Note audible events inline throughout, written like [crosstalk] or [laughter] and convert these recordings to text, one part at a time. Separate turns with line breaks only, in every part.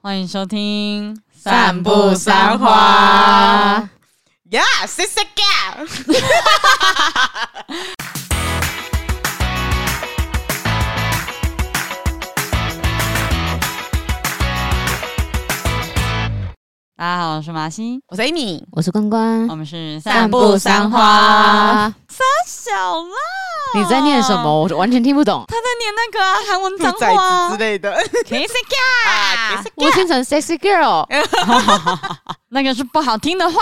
欢迎收听《
散步三花》。
Yeah, sister girl。 [laughs]
大家好，我是马西，
我是 Amy，
我是关关，
我们是
散步三花。
小啦。
你在念什么？？我完全听不懂。
他在念那个啊韩文脏
崽
话
子之类 [laughs] 的。
k i s
啊
s
，kiss
我听成 sexy girl，
那个是不好听的
[laughs]
话。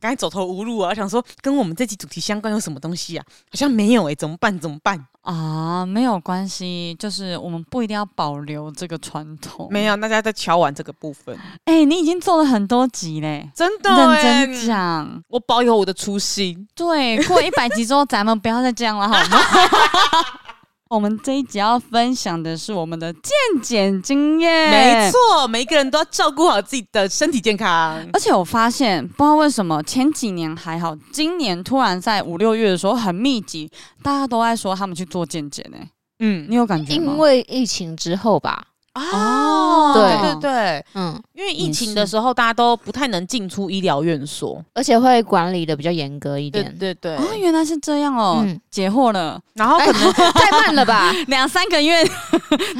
刚才走投无路啊，我想说跟我们这期主题相关有什么东西啊？好像没有哎、怎么办？怎么办？
啊，没有关系，就是我们不一定要保留这个传统。
[laughs] 没有，大家在敲完这个部分，
哎、你已经做了很多集嘞，
真的、
认
欸，
真讲。
我保有我的初 [laughs] 心。
对，过一百集之后，咱们不要再这样了，好吗？ [laughs] 我们这一集要分享的是我们的健检经验，
没。错，每一个人都要照顾好自己的身体健康。
而且我发现，不知道为什么前几年还好，今年突然在五六月的时候很密集，大家都在说他们去做健检诶，
嗯，
你有感觉吗？
因为疫情之后吧，
哦
对对对，
嗯，
因为疫情的时候，大家都不太能进出医疗院所。
而且会管理的比较严格一
对
点。
对对，
哦，原来是这样哦，
嗯
解惑了
然哦后可能
[laughs] 太慢了吧？
两三个月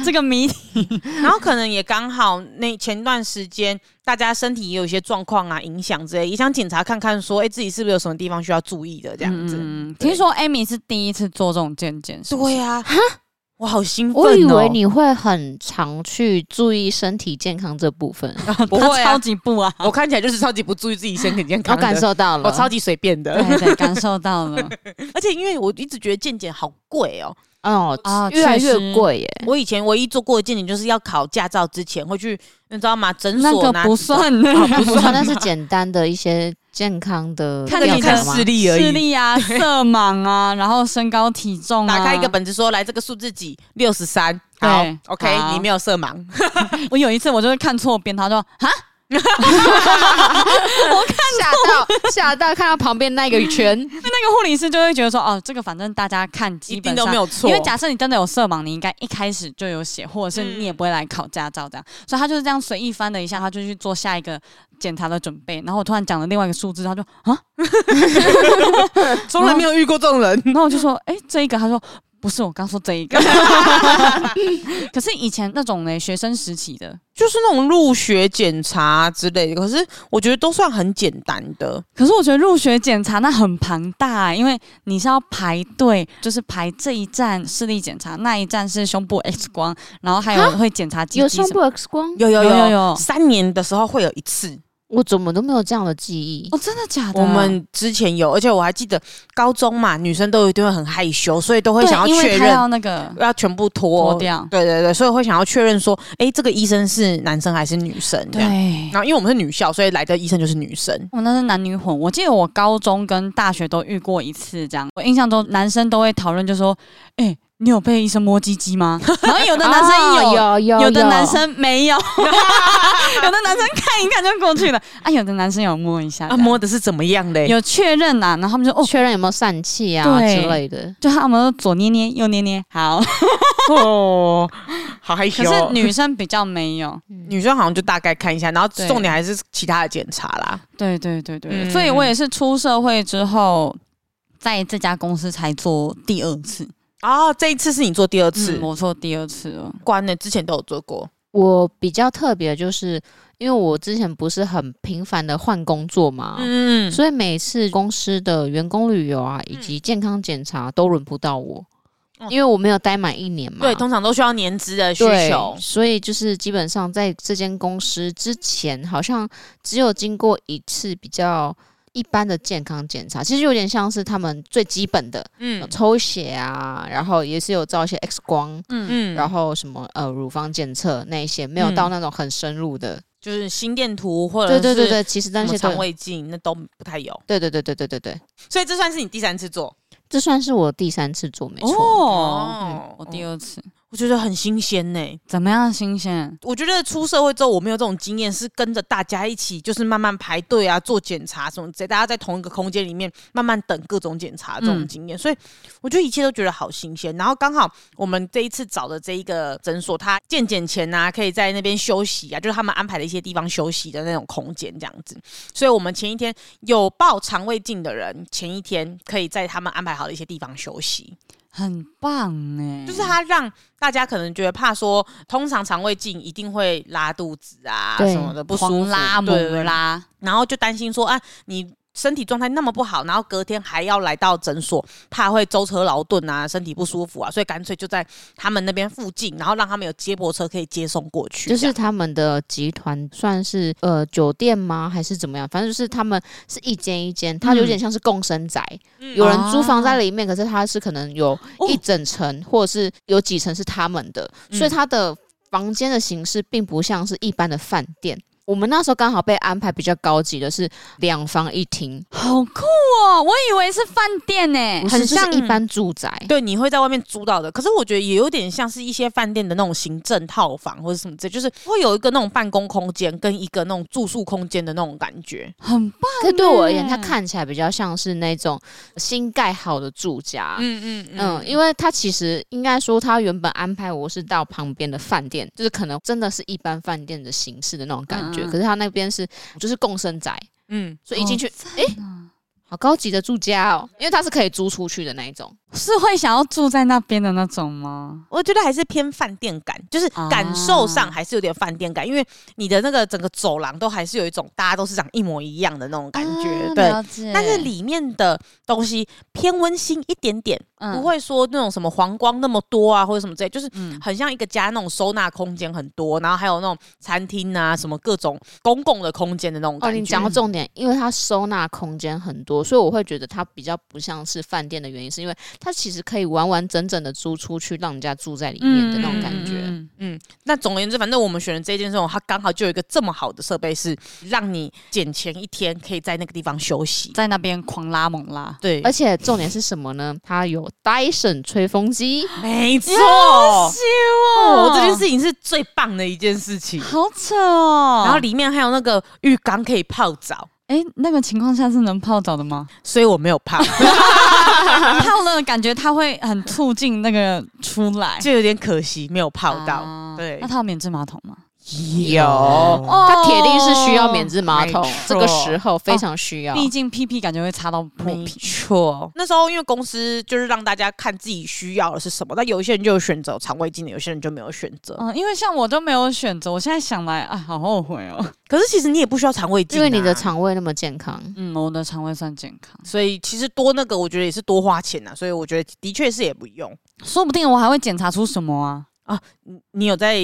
这个谜题
[laughs] 然后可能也刚好那前段时间大家身体也有一些状况啊影响之类，也想检查看看说，哎、自己是不是有什么地方需要注意的这样子。
嗯
对
听说 Amy 是第一次做这种健检，是不是
对呀、啊，我好兴奋、哦！
我以为你会很常去注意身体健康这部分，
不
她
会、
超
啊，
级不啊，
我看起来就是超级不注意自己身体健
我
[laughs]
康的，
感受到了。
我超级随便的。
对 [laughs] 对，感受到了
而且因为我一直觉得健检好贵哦，
哦，
啊，
越来
确实
越。贵耶。
我以前唯一做过的健检就是要考驾照之前会去，你知道吗？诊
那
所
个
拿
哦 [laughs] 不算，
啊
啊
不是，那是简单的一些健康的
看
调
你
查
的
吗
视力而已
视力
[laughs]
啊、色盲啊，然后身高体重啊。
打开一个本子说来这个数字几六十三，好
对
，OK，
好
你没有色盲，
我有一次我就是看错边，他说哈，
吓到吓到，看到旁边那个圈，
那个护理师就会觉得说哦，这个反正大家看
一
基
定
本
都
上
没有错，
因为假设你真的有色盲，你应该一开始就有写，或者是
嗯
你也不会来考驾照这样，所以他就是这样随意翻了一下，他就去做下一个检查的准备。然后我突然讲了另外一个数字，他就啊，
从来没有遇过这种人。
然后我就说，哎、这一个，他说不是，我刚说这一个。 [laughs] 可是以前那种呢，学生时期的，
[laughs] 就是那种入学检查之类的，可是我觉得都算很简单的。
可是我觉得入学检查那很庞大、因为你是要排队，就是排这一站视力检查，那一站是胸部 X 光，然后还有会检查鸡
[laughs] 有
鸡
胸
什
部
么
X 光，
有有
有
有
有有
三年的时候会有一次，
我怎么都没有这样的记忆
哦，。真的假的？
我们之前有，而且我还记得高中嘛，女生都一定会很害羞，所以都会
对
想
因
要
为
确
他
认，
要那个
要全部脱
脱。掉。
对对对，所以会想要确认说，诶，这个医生是男生还是女生？这
对
样。，然后因为我们是女校，所以来的医生就是女生。
我们那是男女混。我记得我高中跟大学都遇过一次这样。我印象中男生都会讨论，就说：“哎、你有被医生摸鸡鸡吗？”
[laughs]
然后有的男
啊
生有。
哦有有
有的男生没有， [laughs] 有的男生看一看就过去了啊，有的男生有摸一下这
啊，
样，
摸的是怎么样嘞？
有确认呐、然后他们就哦，
确认有没有疝气啊
对
之类的。
就他们都左捏捏右捏捏，
[laughs]
好，
哦，好害
可
羞哦。
是女生比较没有，
女生好像就大概看一下，然后
对
重点还是其他的检查啦。
对对对对，
嗯
所以我也是出社会之后，在这家公司才做第二次，
哦，这一次是你做第二次，
嗯我做第二次了，
关呢之前都有做过，
我比较特别，就是因为我之前不是很频繁的换工作嘛，
嗯，
所以每次公司的员工旅游啊，以
嗯
及健康检查都轮不到我，
哦
因为我没有待满一年嘛。
对，通常都需要年资的需
对
求，
所以就是基本上在这间公司之前，好像只有经过一次比较一般的健康检查，其实有点像是他们最基本的，有
嗯
抽血啊，然后也是有照一些 X 光，
嗯
然
后
后什么呃乳房检测那一些，没有
嗯
到那种很深入的。
就是心电图或者
对对对
是
对，其实那
什
些
么
都
肠胃镜那都不太有，
对对对对对对对，
所以这算是你第三次做
这算是我第三次做，没错。
哦，
哦
我第二次，
我觉得很新鲜呢、
怎么样新鲜？
我觉得出社会之后，我没有这种经验，是跟着大家一起，就是慢慢排队啊，做检查什么之类，大家在同一个空间里面慢慢等各种检查这种
嗯
经验，所以我觉得一切都觉得好新鲜。然后刚好我们这一次找的这一个诊所，它健检前啊，可以在那边休息啊，就是他们安排的一些地方休息啊的那种空间这样子。所以我们前一天有报肠胃镜的人，前一天可以在他们安排好的一些地方休息。
很棒哎、
就是
嗯
它让大家可能觉得怕说，通常肠胃镜一定会拉肚子啊
对
什么的不舒服，
狂拉猛
对对对，
拉，
然后就担心说，啊，你身体状态那么不好，然后隔天还要来到诊所，怕会舟车劳顿啊，身体不舒服啊，所以干脆就在他们那边附近，然后让他们有接驳车可以接送过去，
就
这
是
样
他们的集团算是呃酒店吗，还是怎么样？反正就是他们是一间一间，它有点像是共生宅，
嗯
有人租房在里面，可是它是可能有一整层，或者是有几层是他们的，
哦嗯
所以它的房间的形式并不像是一般的饭店。我们那时候刚好被安排比较高级的是两房一厅，
好酷哦！我以为是饭店呢、
不是
很
就是
像
一般住宅。
对，你会在外面租到的。可是我觉得也有点像是一些饭店的那种行政套房或者什么之类，就是会有一个那种办公空间跟一个那种住宿空间的那种感觉。
很棒。
可对我而言，
耶
欸
它看起来比较像是那种新盖好的住家。
嗯嗯
嗯，因为他其实应该说，他原本安排我是到旁边的饭店，就是可能真的是一般饭店的形式的那种感觉。
嗯嗯
可是他那边是就是共生宅，
嗯，
所以一进去，
哎、
好高级的住家哦，因为它是可以租出去的那一种。
是会想要住在那边的那种吗？
我觉得还是偏饭店感，就是感受上
啊
还是有点饭店感，因为你的那个整个走廊都还是有一种大家都是长一模一样的那种感觉，
啊
对。
了解
但是里面的东西偏温馨一点点，不，会说那种什么黄光那么多啊，或者什么之类，就是
嗯嗯
很像一个家那种收纳空间很多，然后还有那种餐厅啊，什么各种公共的空间的那种
哦，
感觉。
你讲到重点，因为它收纳空间很多，所以我会觉得它比较不像是饭店的原因，是因为它其实可以完完整整的租出去，让人家住在里面的那种感觉。
嗯
嗯，那总而言之，反正我们选的这件事情，它刚好就有一个这么好的设备，是让你捡前一天可以在那个地方休息。
在那边狂拉猛拉，
对，
而且重点是什么呢？它有 Dyson 吹风机。
没错，
哦
哦，这件事情是最棒的一件事情。
好扯哦。
然后里面还有那个浴缸可以泡澡，
哎、那个情况下是能泡澡的 [laughs] 吗？
所以我没有 [laughs] 泡，
泡了感觉它会很促进那个出来，
就有点可惜没有泡到。
啊
对
那它有免治马桶吗？
有
哦
它铁定是需要免治马桶
没错，
这个时候非常需要。
毕竟屁屁感觉会擦到破
没
皮。
错，那时候因为公司就是让大家看自己需要的是什么，那有一些人就有选择肠胃镜的，有些人就没有选择。
嗯，因为像我都没有选择，我现在想来，啊，好后悔哦。
可是其实你也不需要肠胃镜、啊
因为你的，肠胃那么健康，
嗯，我的肠胃算健康，
所以其实多那个我觉得也是多花钱呐、所以我觉得的确是也不用。
说不定我还会检查出什么啊？
你有在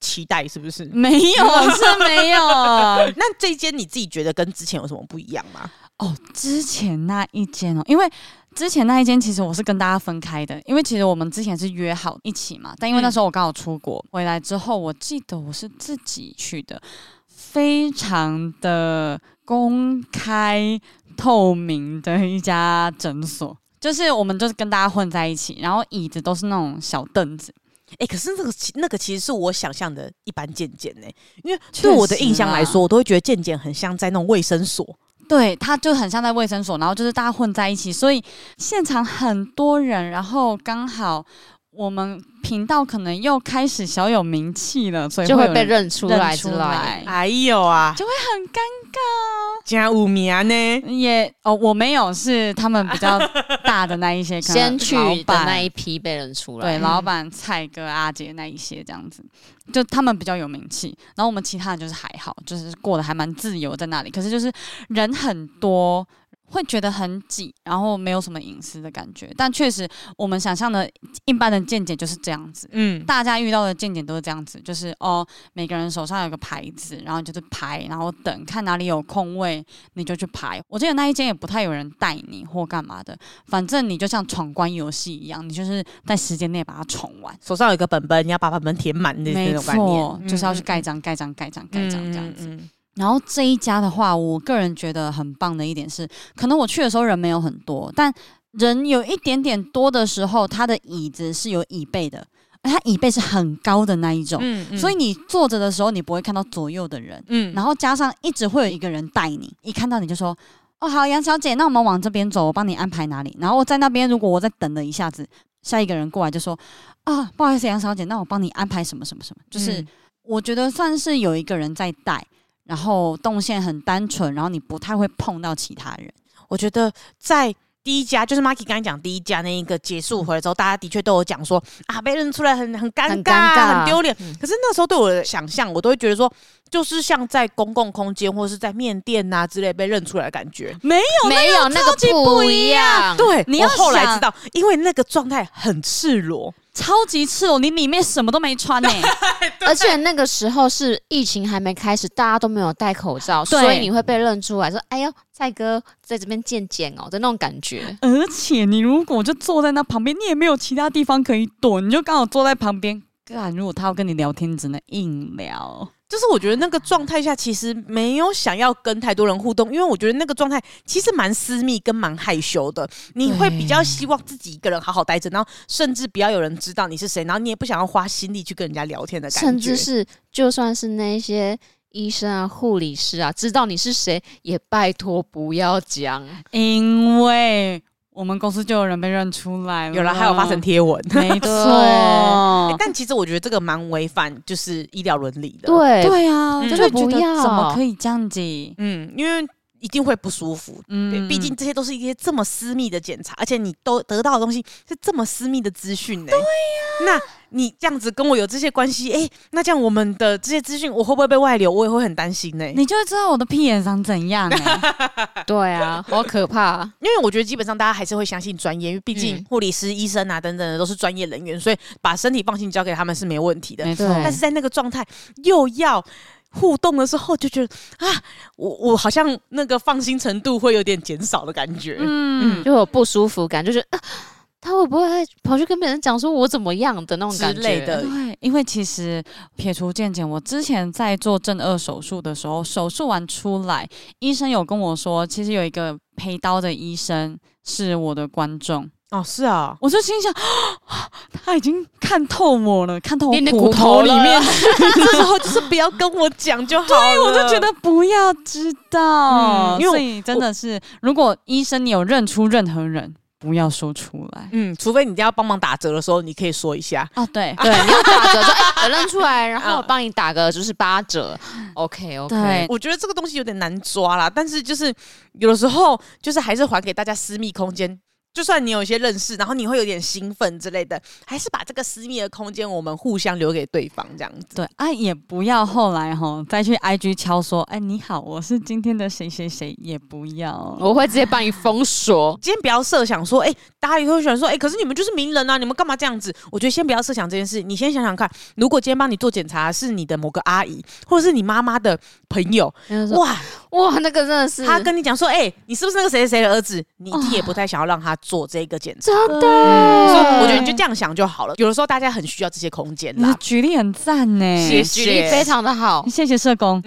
期待是不是？
没有，是没有。
那这一间你自己觉得跟之前有什么不一样吗？
哦，之前那一间哦，因为之前那一间其实我是跟大家分开的，因为其实我们之前是约好一起嘛，但因为
嗯
那时候我刚好出国、回来之后，我记得我是自己去的，非常的公开透明的一家诊所。就是我们就是跟大家混在一起，然后椅子都是那种小凳子，
哎、可是那个其那个其实是我想象的一般健健呢，因为
确
对我的
实
印象来
啦
说，我都会觉得健健很像在那种卫生所。
对，它就很像在卫生所，然后就是大家混在一起，所以现场很多人，然后刚好我们频道可能又开始小有名气了，所以
就
会
会
有
被
人
认出来之
出
类。
来，
哎呦啊，
就会很尴尬。
加五名呢？
也哦，我没有，是他们比较大的那一
[laughs]
些，可能
先去
老
的
板
那一批被认出来，
对，老板蔡哥、阿杰那一些这样子，就他们比较有名气，然后我们其他人就是还好，就是过得还蛮自由在那里，可是就是人很多。会觉得很挤，然后没有什么隐私的感觉，但确实我们想象的一般的见解就是这样子，
嗯，
大家遇到的见解都是这样子，就是哦，每个人手上有个牌子，然后你就是排，然后等看哪里有空位你就去排。我记得那一间也不太有人带你或干嘛的，反正你就像闯关游戏一样，你就是在时间内把它闯完。
手上有一个本本，你要把本本填满的那
没
种概
错，
念，
就是要去盖章、盖章、盖章、盖章这样子。
子。嗯
然后这一家的话，我个人觉得很棒的一点是，可能我去的时候人没有很多，但人有一点点多的时候，它的椅子是有椅背的。它椅背是很高的那一种，
嗯嗯
所以你坐着的时候你不会看到左右的人，
嗯
然后加上一直会有一个人带你，一看到你就说。哦，好，杨小姐，那我们往这边走，我帮你安排哪里。然后我在那边，如果我再等了一下子，下一个人过来就说，啊，不好意思，杨小姐，那我帮你安排什么什么什么，就是、
嗯
我觉得算是有一个人在带，然后动线很单纯，然后你不太会碰到其他人。
我觉得在第一家，就是 Marky 刚才讲第一家那一个结束回来之后，大家的确都有讲说啊，被认出来很很尴
很尴
尬、
尬
很丢脸。
嗯
可是那时候对我的想象，我都会觉得说，就是像在公共空间或是在面店呐、之类被认出来的感觉。
嗯没有那
超级
个
不一
一样，
对，
你
我
要
后来
想
知道，因为那个状态很赤裸，
超级赤裸，你里面什么都没穿呢、欸
而且那个时候是疫情还没开始，大家都没有戴口罩，
对
所以你会被认出来说：“哎呦，蔡哥在这边见见哦”的那种感觉。
而且你如果就坐在那旁边，你也没有其他地方可以躲，你就刚好坐在旁边。干，如果他要跟你聊天，只能硬聊。
就是我觉得那个状态下，其实没有想要跟太多人互动，因为我觉得那个状态其实蛮私密跟蛮害羞的。你会比较希望自己一个人好好待着，然后甚至不要有人知道你是谁，然后你也不想要花心力去跟人家聊天的感觉。
甚至是就算是那些医生啊、护理师啊，知道你是谁，也拜托不要讲。
因为我们公司就有人被认出来了，
有了，还有发成贴文。
没
对
错，
但其实我觉得这个蛮违反就是医疗伦理的。，
对，
[laughs] 对啊，
嗯
就会
真的
觉
不
得
要
怎么可以这样子？
嗯，因为一定会不舒服。对，
嗯
毕竟这些都是一些这么私密的检查，而且你都得到的东西是这么私密的资讯呢。对呀、那你这样子跟我有这些关系，哎、那这样我们的这些资讯，我会不会被外流？我也会很担心呢。
你就会知道我的屁眼长怎样、 [laughs] 欸。
对啊，好可怕啊、
因为我觉得基本上大家还是会相信专业，因为毕竟
嗯
护理师、医生啊等等的都是专业人员，所以把身体放心交给他们是没问题的。
没错，
对
但是在那个状态又要互动的时候，就觉得啊，我我好像那个放心程度会有点减少的感觉。
嗯，
就有不舒服感，就觉得、啊、他会不会跑去跟别人讲说我怎么样的那种
之
感觉
类的
对，因为其实撇除健检，我之前在做正颚手术的时候，手术完出来，医生有跟我说，其实有一个陪刀的医生是我的观众，
哦，是啊，
我就心想， [gasps] 啊他已经看透我了，看透我
连你的
骨
骨头
头里
了
面，
[laughs] 这时候就是不要跟我讲就好了。
啊我就觉得不要知道，
嗯因为我
所以真的是，如果医生你有认出任何人，不要说出来
嗯，除非你要帮忙打折的时候，你可以说一下。
啊，对。
[laughs]
对，你要打折说哎，我认出来，然后
啊
我帮你打个就是八折，OK
嗯
OK，
对
我觉得这个东西有点难抓啦，但是就是有的时候就是还是还给大家私密空间。就算你有一些认识，然后你会有点兴奋之类的，还是把这个私密的空间我们互相留给对方这样子。
对啊，也不要后来吼再去 IG 敲说，哎、你好，我是今天的谁谁谁，也不要。
我会直接帮你封锁。
今天不要设想说，哎、大家也会想说，哎、可是你们就是名人啊，你们干嘛这样子？我觉得先不要设想这件事，啊你先想想看，如果今天帮你做检查是你的某个阿姨，或者是你妈妈的朋友，
哇
哇，
哇，那个真的是
他跟你讲说，哎、你是不是那个谁谁谁的儿子？你一定也不太想要让他做这个检查。
真的，
所以
对
我觉得你就这样想就好了。有的时候大家很需要这些空间
你的
啦。
举例很赞呢，
谢谢
举例非常的好。
谢谢社工。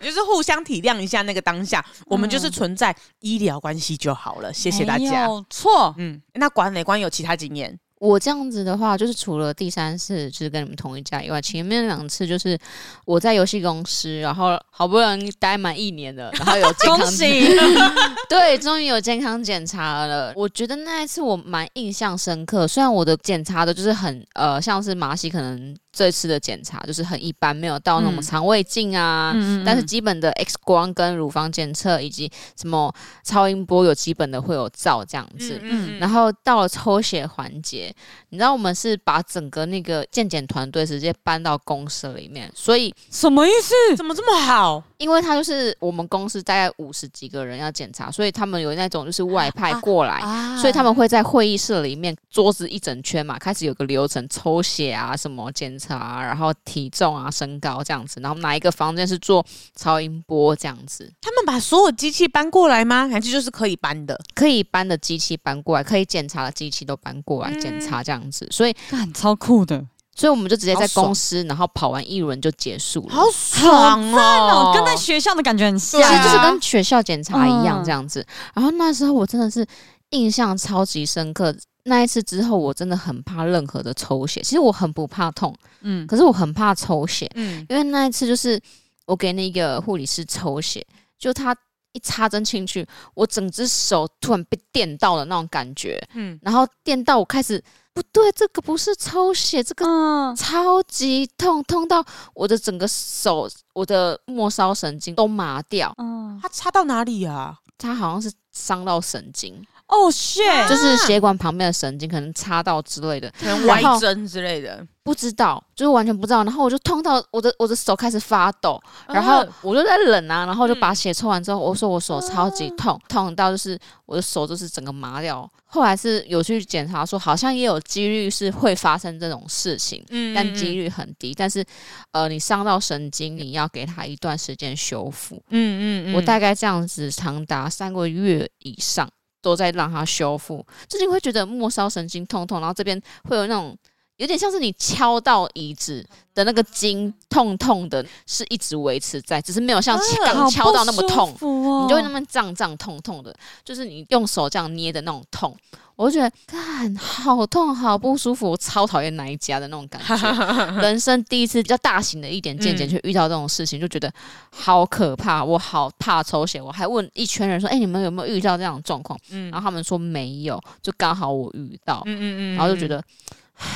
就是互相体谅一下那个当下，我们就是存在医疗关系就好了。谢谢大
没
家。
有错，
嗯，那管磊官有其他经验？
我这样子的话，就是除了第三次就是跟你们同一家以外，前面两次就是我在游戏公司，然后好不容易待满一年了，然后有健
[laughs]
康
恭喜。
[laughs] 对，终于有健康检查了。我觉得那一次我蛮印象深刻，虽然我的检查的就是很呃，像是马西可能这次的检查就是很一般，没有到那
嗯
种肠胃镜啊，
嗯
但是基本的 X 光跟乳房检测以及什么超音波有基本的会有照这样子。
嗯
然后到了抽血环节，你知道我们是把整个那个健检团队直接搬到公社里面，所以
什么意思？
怎么这么好？
因为他就是我们公司大概五十几个人要检查，所以他们有那种就是外派过来，
啊
所以他们会在会议室里面桌子一整圈嘛，开始有个流程抽血啊、什么检查、啊，然后体重啊、身高这样子，然后哪一个房间是做超音波这样子，
他们把所有机器搬过来吗？还是就是可以搬的？
可以搬的机器搬过来，可以检查的机器都搬过来检
嗯
查这样子，所以
干超酷的，
所以我们就直接在
好爽
公司，然后跑完一轮就结束了。
好爽哦！
哦，跟在学校的感觉很像
其实就是
对啊
跟学校检查一样
嗯
这样子。然后那时候我真的是印象超级深刻，那一次之后，我真的很怕任何的抽血。其实我很不怕痛，
嗯
可是我很怕抽血，
嗯，
因为那一次就是我给那个护理师抽血，就他一插针进去，我整只手突然被电到了那种感觉，
嗯
然后电到我开始不对，这个不是抽血，这个
嗯，
超级痛，痛到我的整个手，我的末梢神经都麻掉，
嗯，
他插到哪里啊？
它好像是伤到神经，
哦 shit，
就是血管旁边的神经可能插到之类的，
可能
然
歪
后
针之类的。
不知道，就是完全不知道。然后我就痛到我的我的手开始发抖，然后我就在冷啊，然后就把血抽完之后，我说我手超级痛，痛到就是我的手就是整个麻掉。后来是有去检查说，好像也有几率是会发生这种事情。
嗯
但几，率很低，但是，呃，你伤到神经，你要给它一段时间修复。
嗯嗯嗯，
我大概这样子长达三个月以上都在让它修复，就是你会觉得末梢神经痛痛，然后这边会有那种有点像是你敲到椅子的那个
哦
筋痛痛的，是一直维持在，只是没有像
啊
刚
嗯
敲到那么痛，
哦
哦
你就会那么胀胀痛痛的，就是你用手这样捏的那种痛。我就觉得，看好痛，好不舒服，我超讨厌哪一家的那种感
[laughs]
觉。人生第一次比较大型的一点见解，
嗯
却遇到这种事情，就觉得好可怕，我好怕抽血。我还问一圈人说：“哎、你们有没有遇到这样的状况？”
嗯，
然后
后
他们说没有，就刚好我遇到，
嗯嗯嗯，
然后就觉得， [sighs] 唉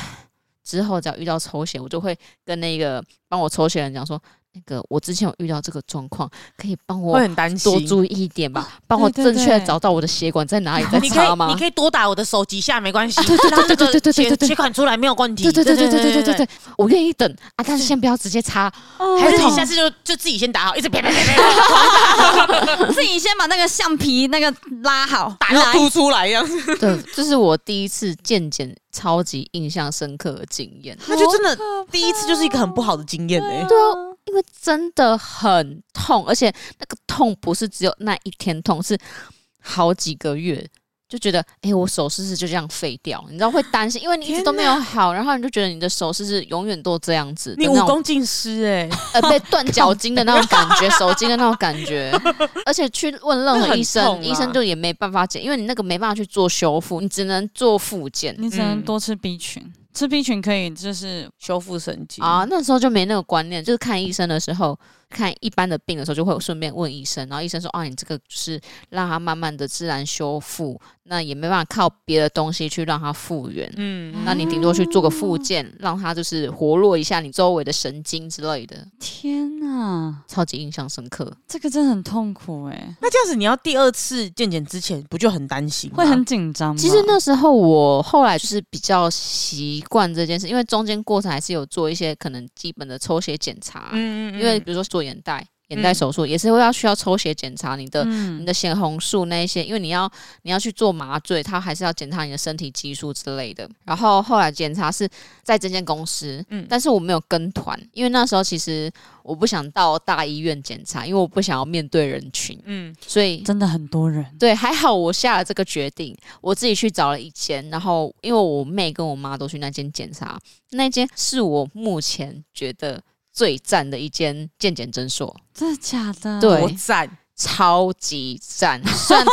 之后只要遇到抽血，我就会跟那个帮我抽血的人讲说：“那个我之前有遇到这个状况，可以帮我
会很担心
多。注意一点吧，帮我
对
正确地
对
找到我的血管在哪里，再
你可
插
以，
吗啊
你？可以多打我的手几下，没关系。
对对对对对对对对对对
血管出来没有问题。
对对对对对对对对对，我愿意等啊，但是先不要直接插，
哦
还是你
痛
下次就就自己先打好，一直啪啪啪啪啪
自己先把那个橡皮那个拉好，
[laughs]
打到凸出来这样子，
对，这是我第一次健检超级印象深刻的经验，
那就真的第一次就是一个很不好的经验哎。
对啊，因为真的很痛，而且那个痛不是只有那一天痛，是好几个月。就觉得，哎、我手是不是就这样废掉？你知道会担心，因为你一直都没有好，然后你就觉得你的手是不是永远都这样子的
你
那
武
种
功尽失哎，
呃被断脚筋的那种感觉，手筋的那种感
[laughs]
觉，而且去问任何医
那很
生，
痛啊
医生就也没办法解，因为你那个没办法去做修复，你只能做复健
你只能
嗯
多吃 B 群，吃 B 群可以就是
修复神经
啊。那时候就没那个观念，就是看医生的时候，看一般的病的时候，就会顺便问医生，然后医生说啊，你这个就是让它慢慢的自然修复，那也没办法靠别的东西去让它复原。
嗯
那你顶多去做个复健，让它就是活络一下你周围的神经之类的，
天哪，
超级印象深刻。
这个真的很痛苦哎、
那这样子，你要第二次健检之前，不就很担心吗？
会很紧张吗。
其实那时候我后来就是比较习惯这件事，因为中间过程还是有做一些可能基本的抽血检查，
嗯，嗯嗯
因为比如说做眼袋、眼袋手术、也是会要需要抽血检查你的、
嗯
你的血红素那一些，因为你要你要去做麻醉，它还是要检查你的身体激素之类的。然后后来检查是在这间公司，
嗯
但是我没有跟团，因为那时候其实我不想到大医院检查，因为我不想要面对人群，
嗯
所以
真的很多人，
对，还好我下了这个决定，我自己去找了一间，然后因为我妹跟我妈都去那间检查，那间是我目前觉得最赞的一间健检诊所，
真的假的？
对
多赞
超级赞。 [laughs] 虽然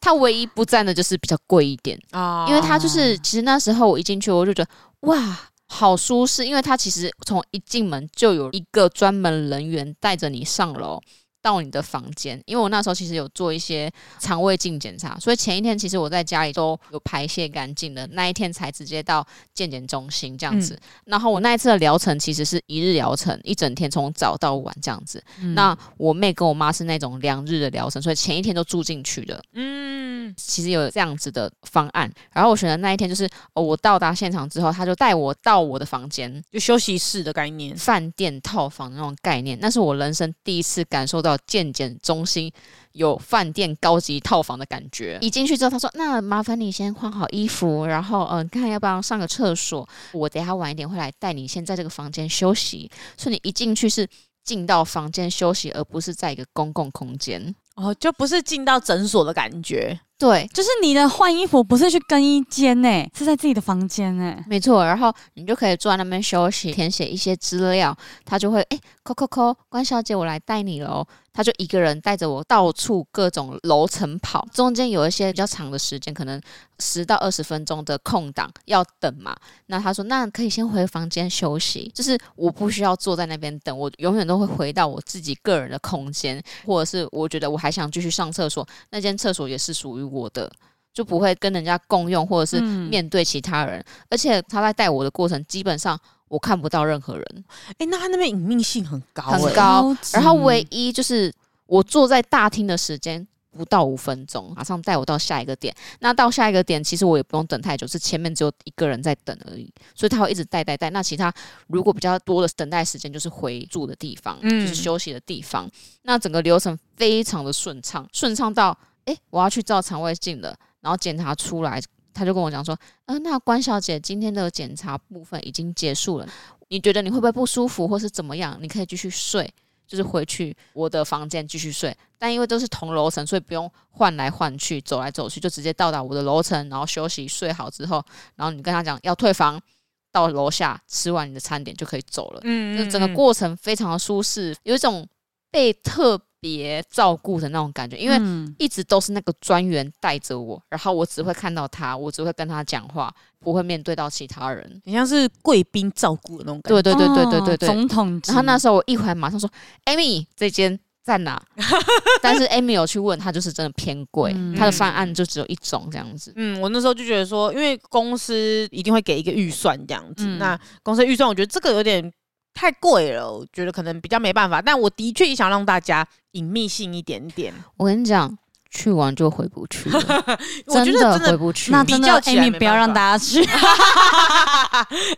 它唯一不赞的就是比较贵一点，
啊
因为它就是其实那时候我一进去我就觉得哇。好舒适，因为它其实从一进门就有一个专门人员带着你上楼到你的房间。因为我那时候其实有做一些肠胃镜检查，所以前一天其实我在家里都有排泄干净的，那一天才直接到健检中心这样子。然后我那一次的疗程其实是一日疗程，一整天从早到晚这样子。
嗯
那我妹跟我妈是那种两日的疗程，所以前一天都住进去的。
嗯
其实有这样子的方案，然后我选的那一天就是，哦，我到达现场之后，他就带我到我的房间，
就休息室的概念，
饭店套房的那种概念，那是我人生第一次感受到健检中心有饭店高级套房的感觉。一进去之后，他说：“那麻烦你先换好衣服，然后嗯、呃，你看要不要上个厕所？我等一下晚一点会来带你先在这个房间休息。”所以你一进去是进到房间休息，而不是在一个公共空间。
哦哦，就不是进到诊所的感觉，
对，
就是你的换衣服不是去更衣间呢、是在自己的房间欸呢、
没错。然后你就可以坐在那边休息，填写一些资料，他就会哎，扣扣扣，关小姐，我来带你喽。他就一个人带着我到处各种楼层跑，中间有一些比较长的时间，可能十到二十分钟的空档要等嘛。那他说，那可以先回房间休息，就是我不需要坐在那边等，我永远都会回到我自己个人的空间，或者是我觉得我还想继续上厕所，那间厕所也是属于我的，就不会跟人家共用或者是
嗯
面对其他人。而且他在带我的过程，基本上我看不到任何人，
哎，那他那边隐秘性很高欸，
很高
超级
然后唯一就是我坐在大厅的时间。不到五分钟，马上带我到下一个点。那到下一个点，其实我也不用等太久，是前面只有一个人在等而已，所以他会一直带带带。那其他如果比较多的等待时间，就是回住的地方，
嗯
就是休息的地方。那整个流程非常的顺畅，顺畅到诶，我要去照肠胃镜了，然后检查出来，他就跟我讲说，呃，那关小姐今天的检查部分已经结束了，你觉得你会不会不舒服或是怎么样？你可以继续睡，就是回去我的房间继续睡。但因为都是同楼层，所以不用换来换去、走来走去，就直接到达我的楼层，然后休息睡好之后，然后你跟他讲要退房，到楼下吃完你的餐点就可以走了。
嗯，
就是整个
嗯，
过程非常的舒适，有一种被特别照顾的那种感觉，因为
嗯
一直都是那个专员带着我，然后我只会看到他，我只会跟他讲话，不会面对到其他人。
很像是贵宾照顾的那种感觉。
对对对对对对
哦
对。
总统级。
然后那时候我一回来马上说：“Amy，这间在哪？” [laughs] 但是 Amy 有去问，他就是真的偏贵，
嗯
他的方案就只有一种这样子。
嗯，我那时候就觉得说，因为公司一定会给一个预算这样子，
嗯
那公司的预算我觉得这个有点太贵了，我觉得可能比较没办法。但我的确也想让大家隐秘性一点点，
我跟你讲，去完就回不去 [laughs] 了，
我觉
真
得真
回
的。
不去。
那
比
真的
较起来
Amy
没
不要
办
让
法
大家去，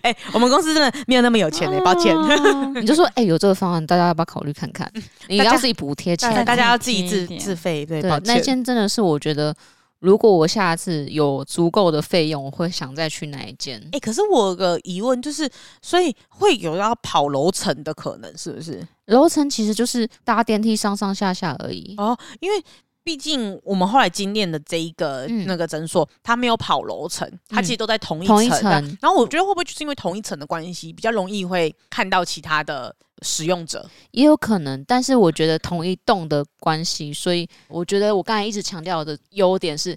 [laughs]
哎、 [laughs] 我们公司真的没有那么有钱嘞、抱歉。 [laughs]
你就说，哎、有这个方案，大家要不要考虑看看？你
大家
要自己补贴起
大
来
家。大家要自
贴
己
一
自
点
自费，对，
对
抱，
那
歉。
间真的是我觉得，如果我下次有足够的费用，我会想再去那一间。
哎、可是我有个疑问，就是所以会有要跑楼层的可能，是不是？
楼层其实就是搭电梯上上下下而已。
哦，因为毕竟我们后来经验的这一个、
嗯
那个诊所，它没有跑楼层，它
嗯
其实都在同一层。啊
同一层
然后我觉得会不会就是因为同一层的关系，比较容易会看到其他的使用者？
也有可能，但是我觉得同一栋的关系，所以我觉得我刚才一直强调的优点是，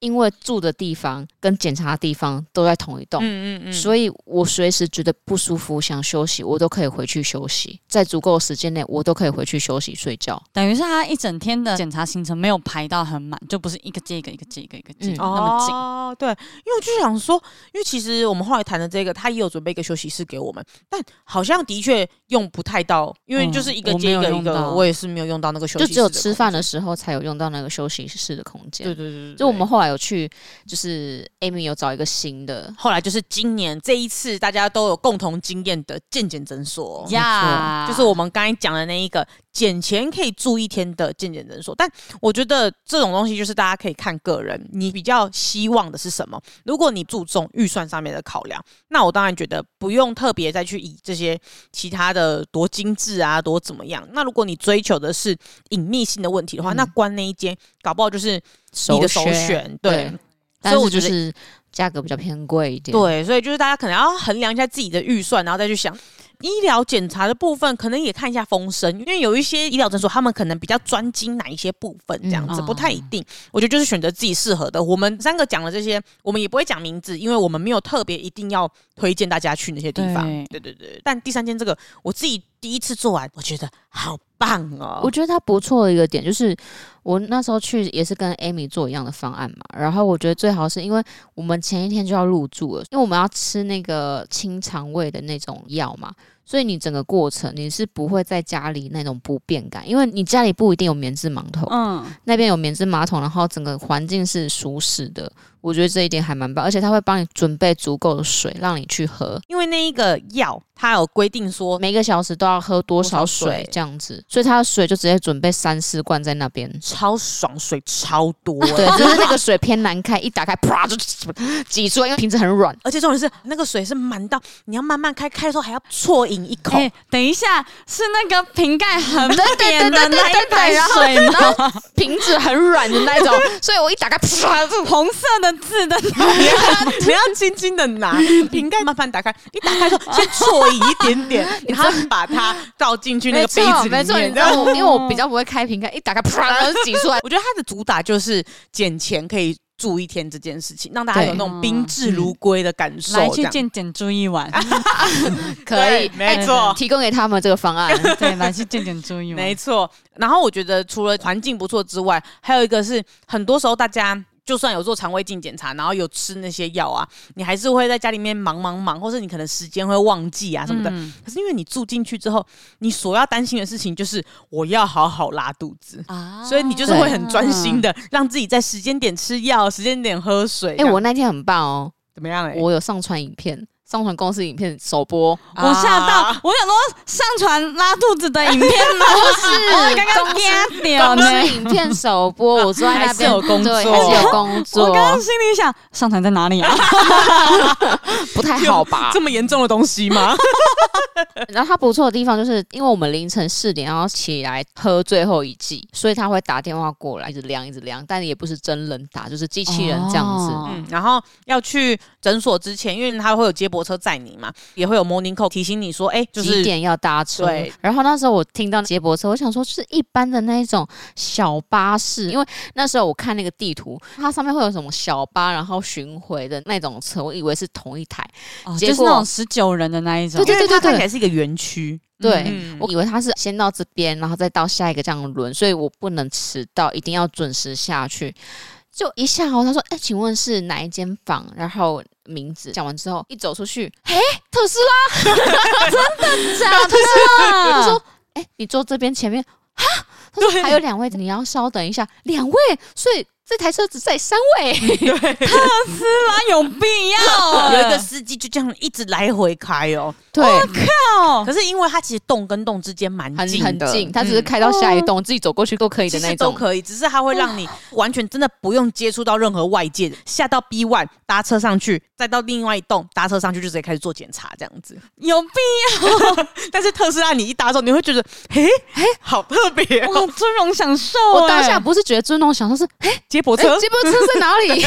因为住的地方跟检查的地方都在同一栋，
嗯嗯
所以我随时觉得不舒服想休息，我都可以回去休息，在足够的时间内，我都可以回去休息睡觉。
[laughs] 等于是他一整天的检查行程没有排到很满，就不是一个接一个，一个接一个，一个接一
嗯
个那么紧。
哦，对，因为我就想说，因为其实我们后来谈的这个，他也有准备一个休息室给我们，但好像的确用不太到，因为
嗯
就是一个
我
接
没
一
有
个一
用
个，
到
我也是没有用到那个休息
就
室，
只有吃饭。的时候才有用到那个休息室的空间。
对对对对
就我们
对
后来有去，就是 Amy 有找一个新的，
后来就是今年这一次，大家都有共同经验的健检诊所。
哦
呀，
就是我们刚才讲的那一个减钱可以住一天的健检诊所，但我觉得这种东西就是大家可以看个人，你比较希望的是什么？如果你注重预算上面的考量，那我当然觉得不用特别再去以这些其他的多精致啊，多怎么样。那如果你追求的是隐秘性的问题的话，
嗯
那关那一间搞不好就是你的首选，对。
对
所
但
以
是
我
就
觉得
是价格比较偏贵一点。，
对，所以就是大家可能要衡量一下自己的预算，然后再去想医疗检查的部分，可能也看一下风声，因为有一些医疗诊所他们可能比较专精哪一些部分，这样子、
嗯
不太一定。我觉得就是选择自己适合的。我们三个讲了这些，我们也不会讲名字，因为我们没有特别一定要推荐大家去那些地方。
对
对对对。但第三间这个，我自己第一次做完，我觉得好棒哦。
我觉得它不错的一个点就是，我那时候去也是跟 Amy 做一样的方案嘛。然后我觉得最好是因为我们前一天就要入住了，因为我们要吃那个清肠胃的那种药嘛，所以你整个过程你是不会在家里那种不便感，因为你家里不一定有棉质馒头。
嗯，
那边有免治马桶，然后整个环境是舒适的，我觉得这一点还蛮棒，而且他会帮你准备足够的水让你去喝，
因为那一个药它有规定说，
每个小时都要喝多少
多少
水
水
这样子，所以他的水就直接准备三四罐在那边。
超爽，水超
[laughs]
多、
对，就是那个水偏难开，一打开啪就挤出来，因为瓶子很软。
而且重点是那个水是满到你要慢慢开，开的时候还要啜饮一口。
哎、等一下，是那个瓶盖很扁
对
的
对
那
对
一排
对然后
水 [laughs] 吗？
瓶子很软的那一种， [laughs] 所以我一打开，啪，这
红色的字的那
你要你要轻轻的拿瓶盖，慢慢打开。一打开的时候先啜饮一点点，然后把它倒进去那个杯子里
没错，没错，你
面。
知道我，
哦
[laughs] 因为我比较不会开瓶盖，一打开，啪，然后就挤出 [laughs] 来。
我觉得它的主打就是捡钱可以住一天这件事情，让大家有那种宾至如归的感受。
来
这
去
样
见简住一 [laughs] 晚，
可以哎
对，没错。
提供给他们这个方 [laughs] 案。
对，来去见简住一
没
晚。
错，然后我觉得除了环境不错之外，还有一个是很多时候大家就算有做肠胃镜检查，然后有吃那些药啊，你还是会在家里面忙忙忙，或是你可能时间会忘记啊什么的。
嗯
可是因为你住进去之后，你所要担心的事情就是我要好好拉肚子，
啊
所以你就是会很专心的
嗯
让自己在时间点吃药，时间点喝水。
哎，
这样
我那天很棒哦，
怎么样、欸？
我有上传影片，上传公司影片首播，
我吓到
啊，
我想说上传拉肚子的影片吗？不 [laughs]
是
刚刚颠掉
哦公
呢。
司影片首播，我坐在那
还是
边
有工作
对，还是有工
我刚刚
作，
心里想，上传在哪里啊？
不太好吧？
这么严重的东西吗？
[laughs] 然后它不错的地方就是，因为我们凌晨四点要起来喝最后一剂，所以他会打电话过来，一直量，一直量，但也不是真人打，就是机器人这样子。
哦
嗯，然后要去诊所之前，因为他会有接驳车载你嘛，也会有 morning call 提醒你说，哎、就
几
是
点要搭车
对？
然后那时候我听到接驳车，我想说是一般的那一种小巴士，因为那时候我看那个地图，它上面会有什么小巴，然后巡回的那种车，我以为是同一台。
哦
结
就
果
是那种十九人的那一种
对。对对
因为
对
它
对
看起来是一个园区，
对、
嗯
我以为他是先到这边，然后再到下一个这样轮，所以我不能迟到，一定要准时下去。就一下哦，他说：“哎、请问是哪一间房？”然后名字讲完之后，一走出去，哎、特斯拉！
假的
他
[laughs]
[laughs]
说：“哎、你坐这边前面啊。”他说：“还有两位，你要稍等一下，两位，所以这台车只载三
嗯
位。
他有必要
[laughs] 有
欸？
一个司机就这样一直来回开哦。”
对，
靠
可是因为它其实洞跟洞之间蛮
哦很
近
很
的，
近，他只是
嗯
开到下一栋，自己走过去都可以
其
的
实
那
都
种。
可以，只是它会让你完全真的不用接触到任何外界，下到 B one 搭车上去，再到另外一栋搭车上去，就直接开始做检查这样子。 [laughs]
有必
但是特斯拉你一搭之后，你会觉得，嘿，嘿，好特别 [laughs]
要？
哦，
我尊荣享受欸。
我当下不是觉得尊重，想说是
接驳
哎，
车，
接驳车在哪
[laughs]
里？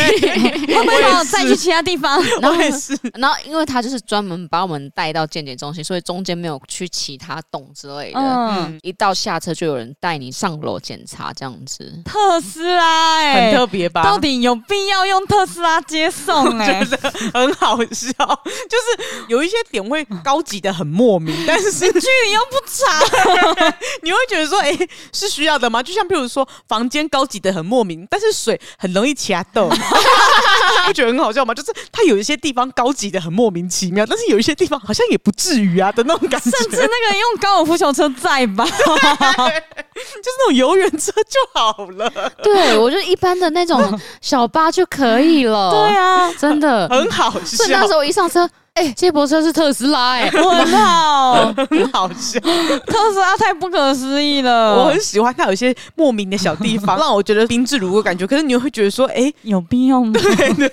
会不会把我载去其他地方？
然后
我也是。
然后，因为他就是专门把我们带到健检中心，所以中间没有去其他洞之类的。
嗯，
一到下车就有人带你上楼检查，这样子。
[laughs]
特斯拉
很
哎，
特别啊吧？
到底有必要用特斯拉接送
[laughs]
哎？
很好笑， [laughs] 就是有一些点会高级的很莫
[laughs]
名，但是
距离又不长，
[laughs] 你会觉得说，哎、是需要的吗？就像譬如说，房间高级的很莫名，但是水很容易掐
[laughs]
豆， [laughs] 不觉得很好笑吗？就是它有一些地方高级的很莫名其妙，但是有一些地方好像也不至于啊的那种感觉，
甚至那个用高尔夫球车载
[laughs]
吧。
就是那种游园车就好
[laughs]
了，
对，我就一般的那
[laughs]
种小巴就可以了。
对， [laughs] 啊，
真的。
很好
[laughs] 所以那
笑
时，候我一上车，哎、接驳车是特斯拉、
[laughs]
哎，
我靠，
很好笑。
特斯拉太不可思议了，
[laughs] 我很喜欢它有一些莫名的小地
[laughs]
方，让我觉得宾至如归的感觉。可是你又会觉得说，哎、
有必要吗？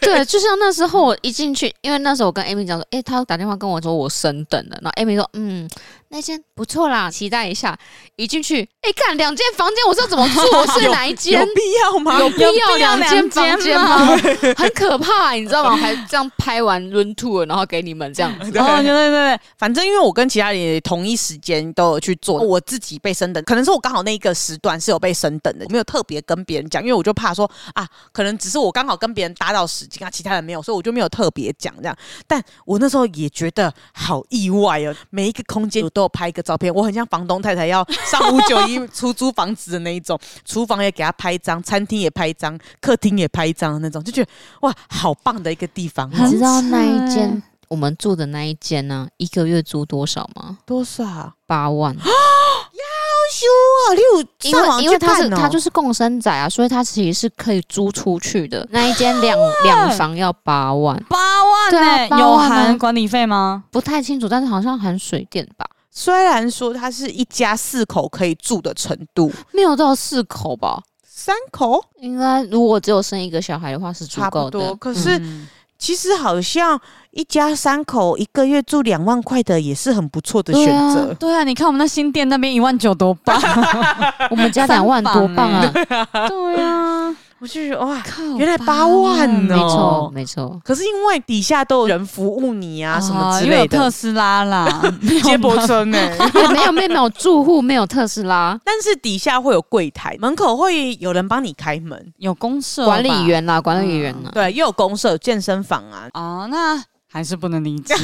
对，就像那时候我一进去，因为那时候我跟 Amy 讲说，哎、他打电话跟我说我升等了，然后 Amy 说，嗯，那间不错啦，期待一下。一进去，哎、看两间房间，我知道怎么住，我睡哪一间
[laughs] 有，必要吗？
有
必要
两
两间
房间吗？ [laughs] 很可怕，你知道吗？我还这样拍完 run tour，然后给你们这样子。
哦，对对对，
反正因为我跟其他人也同一时间都有去做，我自己被升等，可能是我刚好那一个时段是有被升等的，我没有特别跟别人讲，因为我就怕说啊，可能只是我刚好跟别人搭到时间啊，其他人没有，所以我就没有特别讲这样。但我那时候也觉得好意外哦，每一个空间我都有拍一个照片，我很像房东太太要上五九一出租房子的那一 [laughs] 种，厨房也给他拍一张，餐厅也拍一张，客厅也拍一张的那种，就觉得哇，好棒的一个地方、 [laughs]
你
哦，
知道那
很
一
扯
间我们住的那一间呢、一个月租多少吗？
多少啊？
八万，
羞哇，例如
因为
上网
因为
去
它是
看哦
它就是共生仔啊，所以它其实是可以租出去的。 [laughs] 那一间两两房要八万，
八万
对
呢、
啊八
有
万啊
含管理费吗？
不太清楚，但是好像含水电吧，
虽然说它是一家四口可以住的程度，
没有到四口吧。
三口
应该如果只有生一个小孩的话是足
差
够
不
的
多。，可是
嗯
其实好像一家三口一个月住两万块的也是很不错的选择。
对啊，你看我们那新店那边一万九多
[laughs]
棒，
嗯我们家两万多磅啊，
欸
对啊，
我就觉得哇，
靠，
原来八万
嗯没
呢
错没错。 [laughs]
可是因为底下都有人服务你啊，什么之
因为有
类
特
的，
斯拉啦，没有
[laughs] 接驳车呢。
也没有没有没有住户没有特斯拉
但是底下会有柜台，门口会有人帮你开门，
[laughs] 有公社吧
管理员啦，管理员啊啦，
对，又有公社、健身房啊，
哦，那还是不能理
[laughs]
解。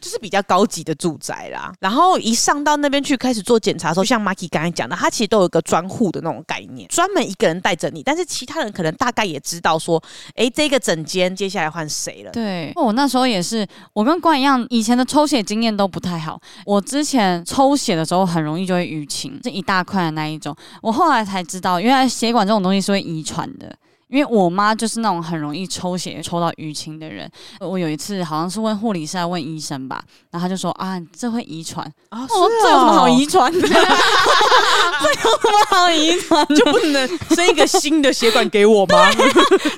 就是比较高级的住宅啦。然后一上到那边去开始做检查的时候，像 Maki 刚才讲的，他其实都有一个专户的那种概念，专门一个人带着你，但是其他人可能大概也知道说，诶，这个整间接下来换谁了。
对，我那时候也是，我跟关一样，以前的抽血经验都不太好。我之前抽血的时候很容易就会淤青，是一大块的那一种。我后来才知道，原来血管这种东西是会遗传的。因为我妈就是那种很容易抽血抽到淤青的人。我有一次好像是问护理师，还问医生吧，然后他就说啊，这会遗传。
啊、
我说
是
这有什么好
哦
遗传的？这 [laughs] 有什么好遗传的？
就不能生一个新的血管给我吗？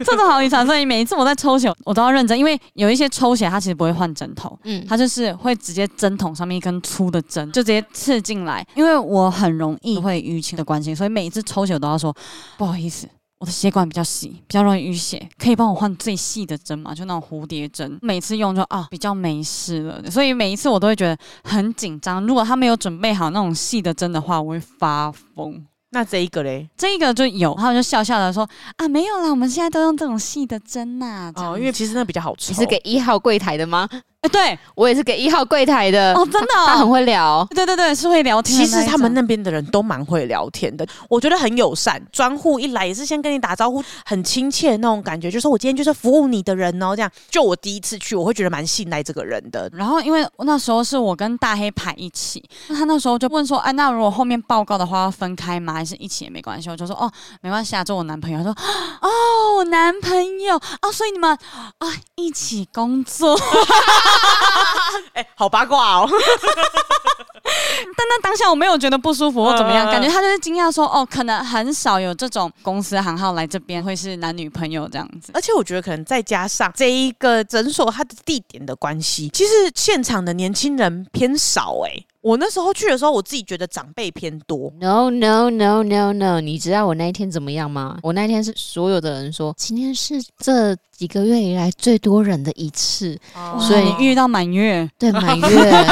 这种好遗传，所以每一次我在抽血，我都要认真，因为有一些抽血它其实不会换针头，
嗯，
它就是会直接针筒上面一根粗的针就直接刺进来。因为我很容易会淤青的关系，所以每一次抽血我都要说不好意思。我的血管比较细，比较容易淤血，可以帮我换最细的针吗？就那种蝴蝶针，每次用就啊比较没事了，所以每一次我都会觉得很紧张。如果他没有准备好那种细的针的话，我会发疯。
[laughs] 那这一个嘞？
这个就有，他们就笑笑的说啊，没有啦，我们现在都用这种细的针呐、这样
哦，
子
因为其实那比较好吃。
你是给一号柜台的吗？
哎对
我也是给一号柜台的
哦，真的
他很
哦、
会聊。
对对对，是会聊天的
其
那一种。
实他们那边的人都蛮会聊天的，我觉得很友善。专户一来也是先跟你打招呼，很亲切的那种感觉，就是我今天就是服务你的人哦。这样，就我第一次去，我会觉得蛮信赖这个人的。
然后因为那时候是我跟大黑排一起，那他那时候就问说，哎、那如果后面报告的话要分开吗？还是一起也没关系？我就说哦，没关系啊，做我男朋友。他说哦，我男朋友哦，所以你们啊、一起工作。 [laughs]
哎、好八卦哦！
但那当下我没有觉得不舒服或怎么样，
嗯嗯嗯
感觉他就是惊讶说，哦，可能很少有这种公司行号来这边会是男女朋友这样子。
[laughs] 而且我觉得可能再加上这一个诊所它的地点的关系，其实现场的年轻人偏少哎、我那时候去的时候，我自己觉得长辈偏多。
No no no no no！你知道我那一天怎么样吗？我那一天是所有的人说，今天是这几个月以来最多人的一次，
哦
哇
所以
你遇到满月，
对，
[laughs]
满月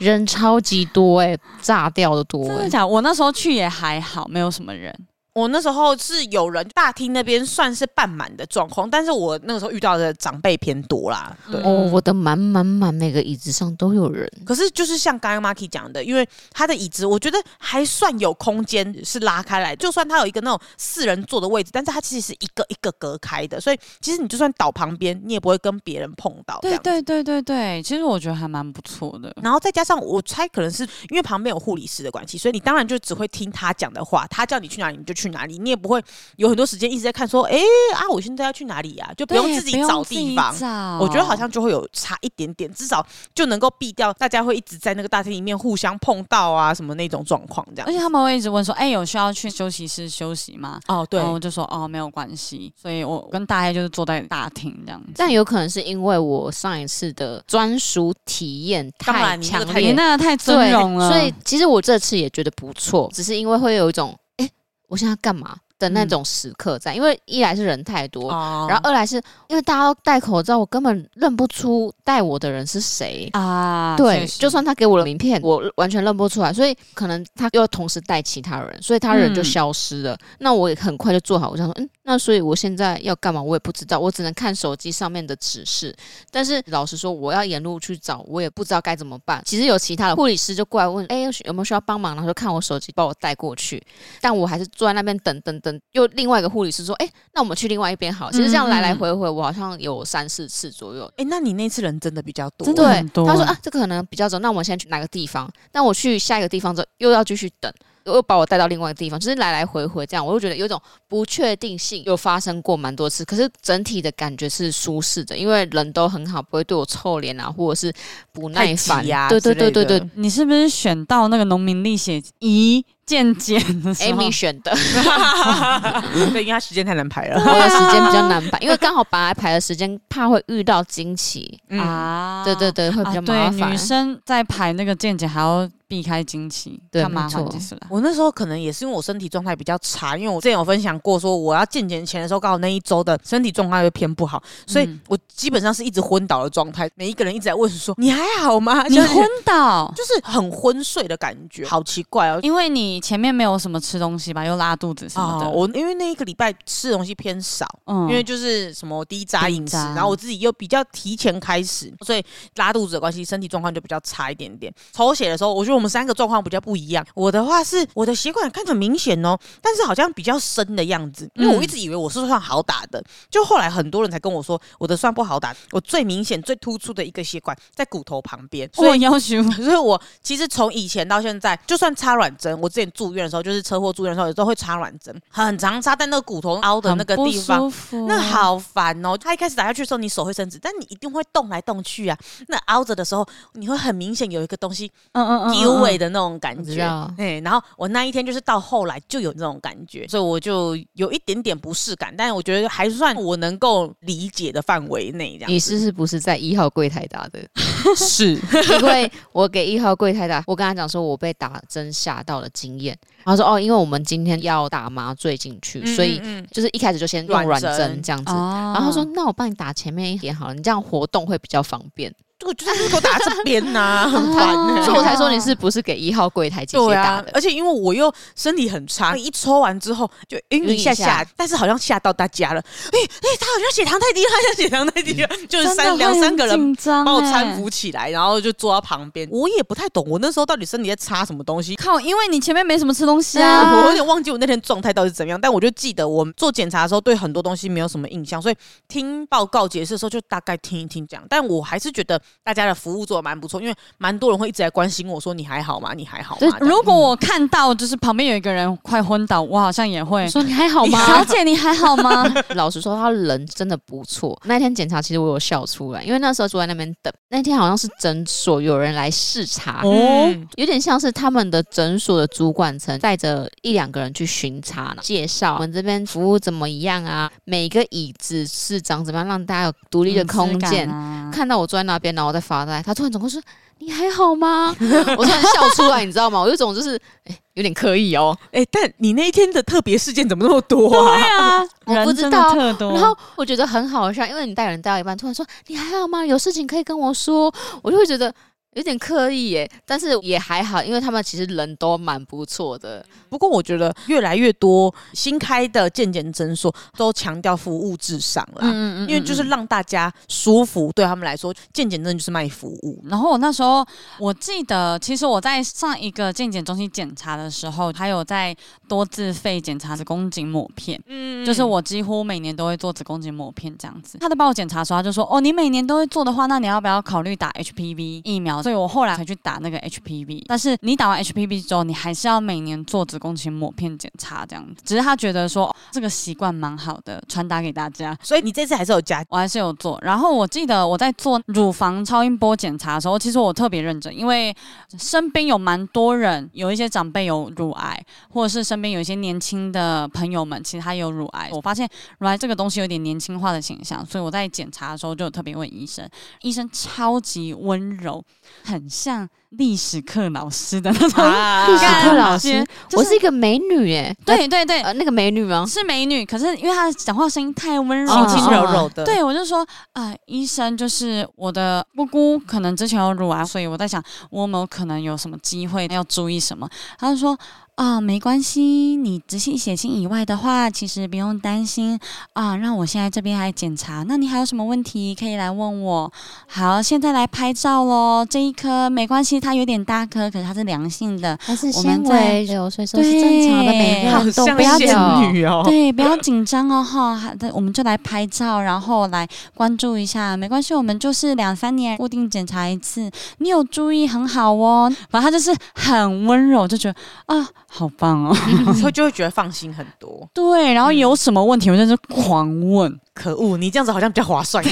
人超级多哎、炸掉的多
真
哎、
的假的我那时候去也还好，没有什么人。
我那时候是有人大厅那边算是半满的状况，但是我那个时候遇到的长辈偏多啦，对。
哦，我的满满满，每个椅子上都有人。
嗯
可是就是像刚刚 Maki 讲的，因为他的椅子我觉得还算有空间是拉开来，就算他有一个那种四人坐的位置，但是他其实是一个一个隔开的，所以其实你就算倒旁边，你也不会跟别人碰到。这
对
样
对对对对，其实我觉得还蛮不错的。
然后再加上我猜，可能是因为旁边有护理师的关系，所以你当然就只会听他讲的话，他叫你去哪里你就去哪里，你也不会有很多时间一直在看说，诶啊，我现在要去哪里呀、就不用
对
自己找地方。
自己找
我觉得好像就会有差一点点，至少就能够避掉大家会一直在那个大厅里面互相碰到啊什么那种状况这
而且
样。
他们会一直问说：“哎、有需要去休息室休息吗？”
哦，对
然，后我就说：“哦，没有关系。”所以我跟大黑就是坐在大厅这样子。
但有可能是因为我上一次的专属体验
当
太
然你那
强
个太
你
烈，
那个太尊荣了，
所以其实我这次也觉得不错，只是因为会有一种哎、诶我现在干嘛的
嗯
那种时刻在，因为一来是人太多，
哦
然后二来是因为大家都戴口罩，我根本认不出戴我的人是谁。
啊，
对，
确实
就算他给我的名片，我完全认不出来，所以可能他又同时带其他人，所以他人就
嗯
消失了。那我也很快就做好，我想说，嗯，那所以我现在要干嘛？我也不知道，我只能看手机上面的指示。但是老实说，我要沿路去找，我也不知道该怎么办。其实有其他的护理师就过来问，哎、有没有需要帮忙？然后就看我手机，把我带过去。但我还是坐在那边等等等又另外一个护理师说，哎、那我们去另外一边好。其实这样来来回回，我好像有三四次左右。
哎、那你那次人真的比较多，
真的
对
很，多
他说啊，这个可能比较早，那我们现在去哪个地方？但我去下一个地方之后，又要继续等，又把我带到另外一个地方，就是来来回回这样，我就觉得有一种不确定性，有发生过蛮多次。可是整体的感觉是舒适的，因为人都很好，不会对我臭脸啊，或者是不耐
太
烦
急啊
对对
之类
对对对
的
你是不是选到那个农民历险一件件的
哎
时候
，Amy 选的，
[laughs] 对，因为他时间太难排
[laughs]
了。
我的时间比较难排， [laughs] 因为刚好本来排的时间怕会遇到惊奇。
嗯，
啊
对对对，会比
啊，
较麻
对，
烦。
女生在排那个见解还要避开经期，
对
干嘛
没错
环节是啦。
我那时候可能也是因为我身体状态比较差，因为我之前有分享过，说我要健检前的时候，刚好那一周的身体状态会偏不好，所以
嗯
我基本上是一直昏倒的状态。每一个人一直在问说：“你还好吗？”
你
就是
昏倒，
就是很昏睡的感觉，好奇怪哦。
因为你前面没有什么吃东西吧，又拉肚子什么
啊、
的。
我因为那一个礼拜吃的东西偏少，
嗯
因为就是什么低渣饮食，
低渣
然后我自己又比较提前开始，所以拉肚子的关系，身体状况就比较差一点点。抽血的时候，我觉得我们三个状况比较不一样。我的话是我的血管看着明显哦，但是好像比较深的样子，因
嗯
为我一直以为我是算好打的，就后来很多人才跟我说我的算不好打，我最明显最突出的一个血管在骨头旁边，所以
我要求
所以我其实从以前到现在，就算插卵针，我之前住院的时候，就是车祸住院的时候，有时候会插卵针，很常插，但那个骨头凹的那个地
很
方。
不舒服
那，好烦哦！它一开始打下去的时候，你手会伸直，但你一定会动来动去啊。那凹着的时候，你会很明显有一个东西
嗯嗯嗯
丢
嗯
尾的那种感
我知
觉。
道
哎，然后我那一天就是到后来就有这种感觉，所以我就有一点点不适感，但我觉得还算我能够理解的范围内。这样
你是是不是在一号柜台打的？
[laughs]
是
因为我给一号柜台打，我跟他讲说我被打针吓到的经验，然后说哦，因为我们今天要打麻醉进去，所以就是一开始就先用
嗯软
软
针
针这样子。
啊
然后他说：“那我帮你打前面一点好了，你这样活动会比较方
[laughs]
便。
我就是给我打这边呐、很烦、欸。
所以我才说你是不是给一号柜台姐姐
对
打
啊
的？，
而且因为我又身体很
嗯
差，一抽完之后就晕一下
晕
下
一，
但是好像吓到大家了。哎、哎、他好像血糖太低了，他好像血糖太低了， [laughs] 就
嗯真
是
的
三
会
两
很
三个人
紧张
把我
欸
搀扶起来，然后就坐到旁边。我也不太懂，我那时候到底身体在擦什么东西。
靠，因为你前面没什么吃东西
对
啊，
我有
[laughs]
点忘记我那天状态到底是怎么样，但我就记得我做检查的时候对很多东西没有什么印象，所以听报告解释的时候就大概听一听这样。但我还是觉得大家的服务做的蛮不错，因为蛮多人会一直来关心我说你还好吗？你还好吗？
对
这样
如果我看到就是旁边有一个人快昏倒，我好像也会 [laughs]
我。说你还好
小
吗？
姐，你还好吗？
[laughs] 老实说，他人真的不错。那天检查其实我有笑出来，因为那时候坐在那边等，那天好像是诊所有人来视察，
哦
[laughs] 嗯
有点像是他们的诊所的主管层带着一两个人去巡查，介绍我们这边服务怎么样啊，每个椅子是长怎么样，让大家有独立的空
嗯
间。
啊
看到我坐在那边，然后我在发呆，他突然转过去说：“你还好吗？” [laughs] 我突然笑出来，你知道吗？我有一种就是、哎有点刻意哦，
哎、但你那一天的特别事件怎么那么
[laughs]
多
对
啊？
啊，
我
人
不知
真的
道
特多。
然后我觉得很好笑，因为你带人带到一半，突然说你还好吗？有事情可以跟我说，我就会觉得有点刻意耶，但是也还好，因为他们其实人都蛮不错的。
啊不过我觉得越来越多新开的健检诊所都强调服务至上了、
嗯
因为就是让大家舒服，对他们来说，健检真的就是卖服务。
然后我那时候我记得，其实我在上一个健检中心检查的时候，还有在多自费检查子宫颈抹片。
嗯
就是我几乎每年都会做子宫颈抹片这样子，他在帮我检查的时候，他就说：“哦，你每年都会做的话，那你要不要考虑打 HPV 疫苗？”所以我后来才去打那个 HPV。但是你打完 HPV 之后，你还是要每年做子宫颈抹片检查这样子。只是他觉得说、哦这个习惯蛮好的，传达给大家。
所以你这次还是有加
我还是有做。然后我记得我在做乳房超音波检查的时候，其实我特别认真，因为身边有蛮多人，有一些长辈有乳癌，或者是身边有一些年轻的朋友们，其实他有乳癌。我发现乳癌这个东西有点年轻化的倾向，所以我在检查的时候就有特别问医生，医生超级温柔，很像历史课老师的那种
[laughs] [laughs] 啊
历史课
感
老
觉
师，
就
我是一个美女耶，
[laughs] 对对对。
呃，那个美女吗？
是美女，可是因为她讲话声音太温柔
轻
了，
哦
轻柔柔的，，
对，我就说啊、医生就是我的姑姑，可能之前有乳癌，所以我在想我有没有可能有什么机会要注意什么。他就说啊、没关系，你直系血亲以外的话，其实不用担心啊、让我现在这边来检查，那你还有什么问题可以来问我。好，现在来拍照喽，这一颗没关系，它有点大颗，可是它是良性的，
还是
我
纤
们在
维瘤，所以说是正常的，
对
每个
好
人都
像
不要
仙
有。
女哦，
对，不要紧张哦，哈，还对我们就来拍照，然后来关注一下，没关系，我们就是两三年固定检查一次，你有注意很好哦。反正他就是很温柔，就觉得啊，好棒哦，
[laughs] 会就会觉得放心很多。
对。然后有什么问题，我就是狂问，
可恶，你这样子好像比较划 [laughs] 算一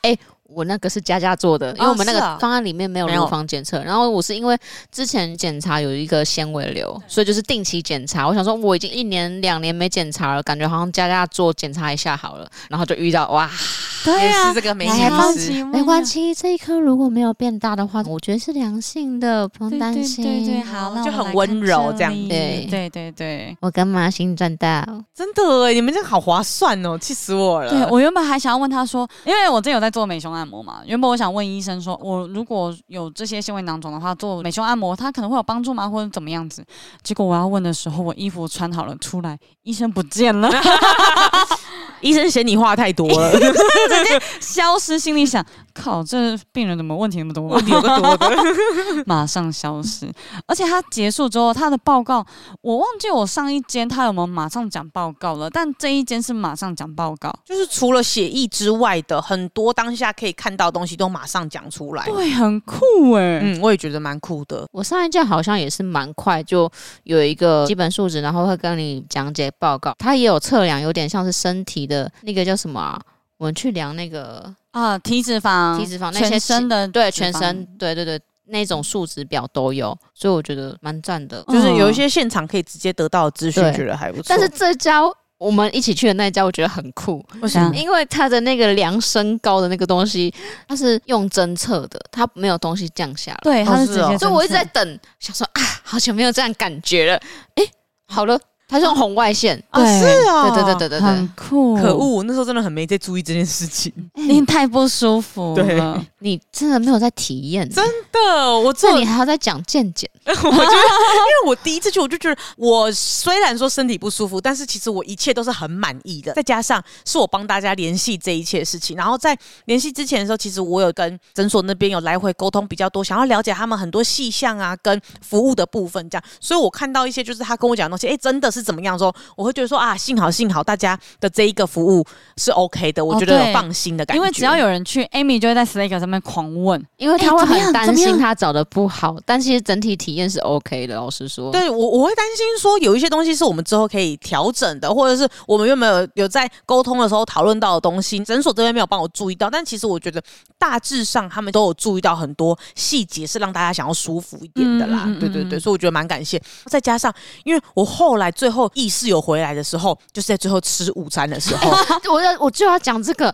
点。
我那个是佳佳做的，因为
哦
我们那个
是啊
方案里面没有
没有
乳房检测。然后我是因为之前检查有一个纤维瘤，所以就是定期检查。我想说我已经一年两年没检查了，感觉好像佳佳做检查一下好了。然后就遇到哇，
对
也
啊
是，这个美
来
女
放
师，
没关
系，
系，这一颗如果没有变大的话，我觉得是良性的，不用
对
担心。
对对对，好，那
就
我
很
来
温
看
柔这样
里
子对
对对对。
我跟马欣赚到，
真的哎，你们这样好划算哦，气死 [laughs] 我了。
对我原本还想要问他说，因为我之前有在做美胸按摩嘛，原本我想问医生说，我如果有这些纤维囊肿的话，做美胸按摩它可能会有帮助吗，或者怎么样子？结果我要问的时候，我衣服穿好了出来，医生不见了， [laughs]
医生嫌你话太多了，
消失，心里想，靠，这病人怎么问题那么多、
问题有个多的。
[laughs] 马上消失。而且他结束之后，他的报告我忘记我上一间他有没有马上讲报告了，但这一间是马上讲报告。
就是除了写意之外的，很多当下可以看到的东西都马上讲出来。
对，很酷哎、
嗯，我也觉得蛮酷的。
我上一届好像也是蛮快就有一个基本数值，然后会跟你讲解报告。它也有测量，有点像是身体的那个叫什么、啊？我们去量那个
啊，体脂肪，
体脂肪那些
全身的
对
脂
全
肪
身，对对对，那种数值表都有，所以我觉得蛮赞
哦
的。
就是有一些现场可以直接得到的资讯，
嗯对
觉得还不错。
但是这家我们一起去的那一家，我觉得很酷，
为什
嗯
么？
因为它的那个量身高的那个东西，它是用侦测的，它没有东西降下来，
对，
哦
它是
是
直接
哦
侦测，
所以我一直在等，想说啊，好久没有这样感觉了。诶，好了，它是用红外线，
啊，
对
是啊，
对对对对对
哦很
对。
酷，
可，恶，那时候真的很没在注意这件事 [laughs] 情。
你太不舒服
[laughs] 对
了。
你真的没有在体验，
真的，我做
这你还要再讲健检，
我觉得，因为我第一次去，我就觉得我虽然说身体不舒服，但是其实我一切都是很满意的。再加上是我帮大家联系这一切事情，然后在联系之前的时候，其实我有跟诊所那边有来回沟通比较多，想要了解他们很多细项啊，跟服务的部分这样。所以我看到一些就是他跟我讲的东西，哎、真的是怎么样的时候，我会觉得说啊，幸好幸好大家的这一个服务是 OK 的，我觉得
哦对
有放心的感觉。
因为只要有人去，Amy 就会在 Slack 上面狂问，
因为他会
诶怎么样
很担
怎么
心
样
他找的不好，但其实整体体验是 OK 的。老实
哦
说，
对我我会担心说有一些东西是我们之后可以调整的，或者是我们有没有有在沟通的时候讨论到的东西，诊所这边没有帮我注意到，但其实我觉得大致上他们都有注意到很多细节，是让大家想要舒服一点的啦。
嗯嗯嗯
对对
嗯
对，
嗯
所以我觉得蛮感谢。再加上因为我后来最后意识有回来的时候，就是在最后吃午餐的时
[laughs]
候，
[laughs] 我要我就要讲这个。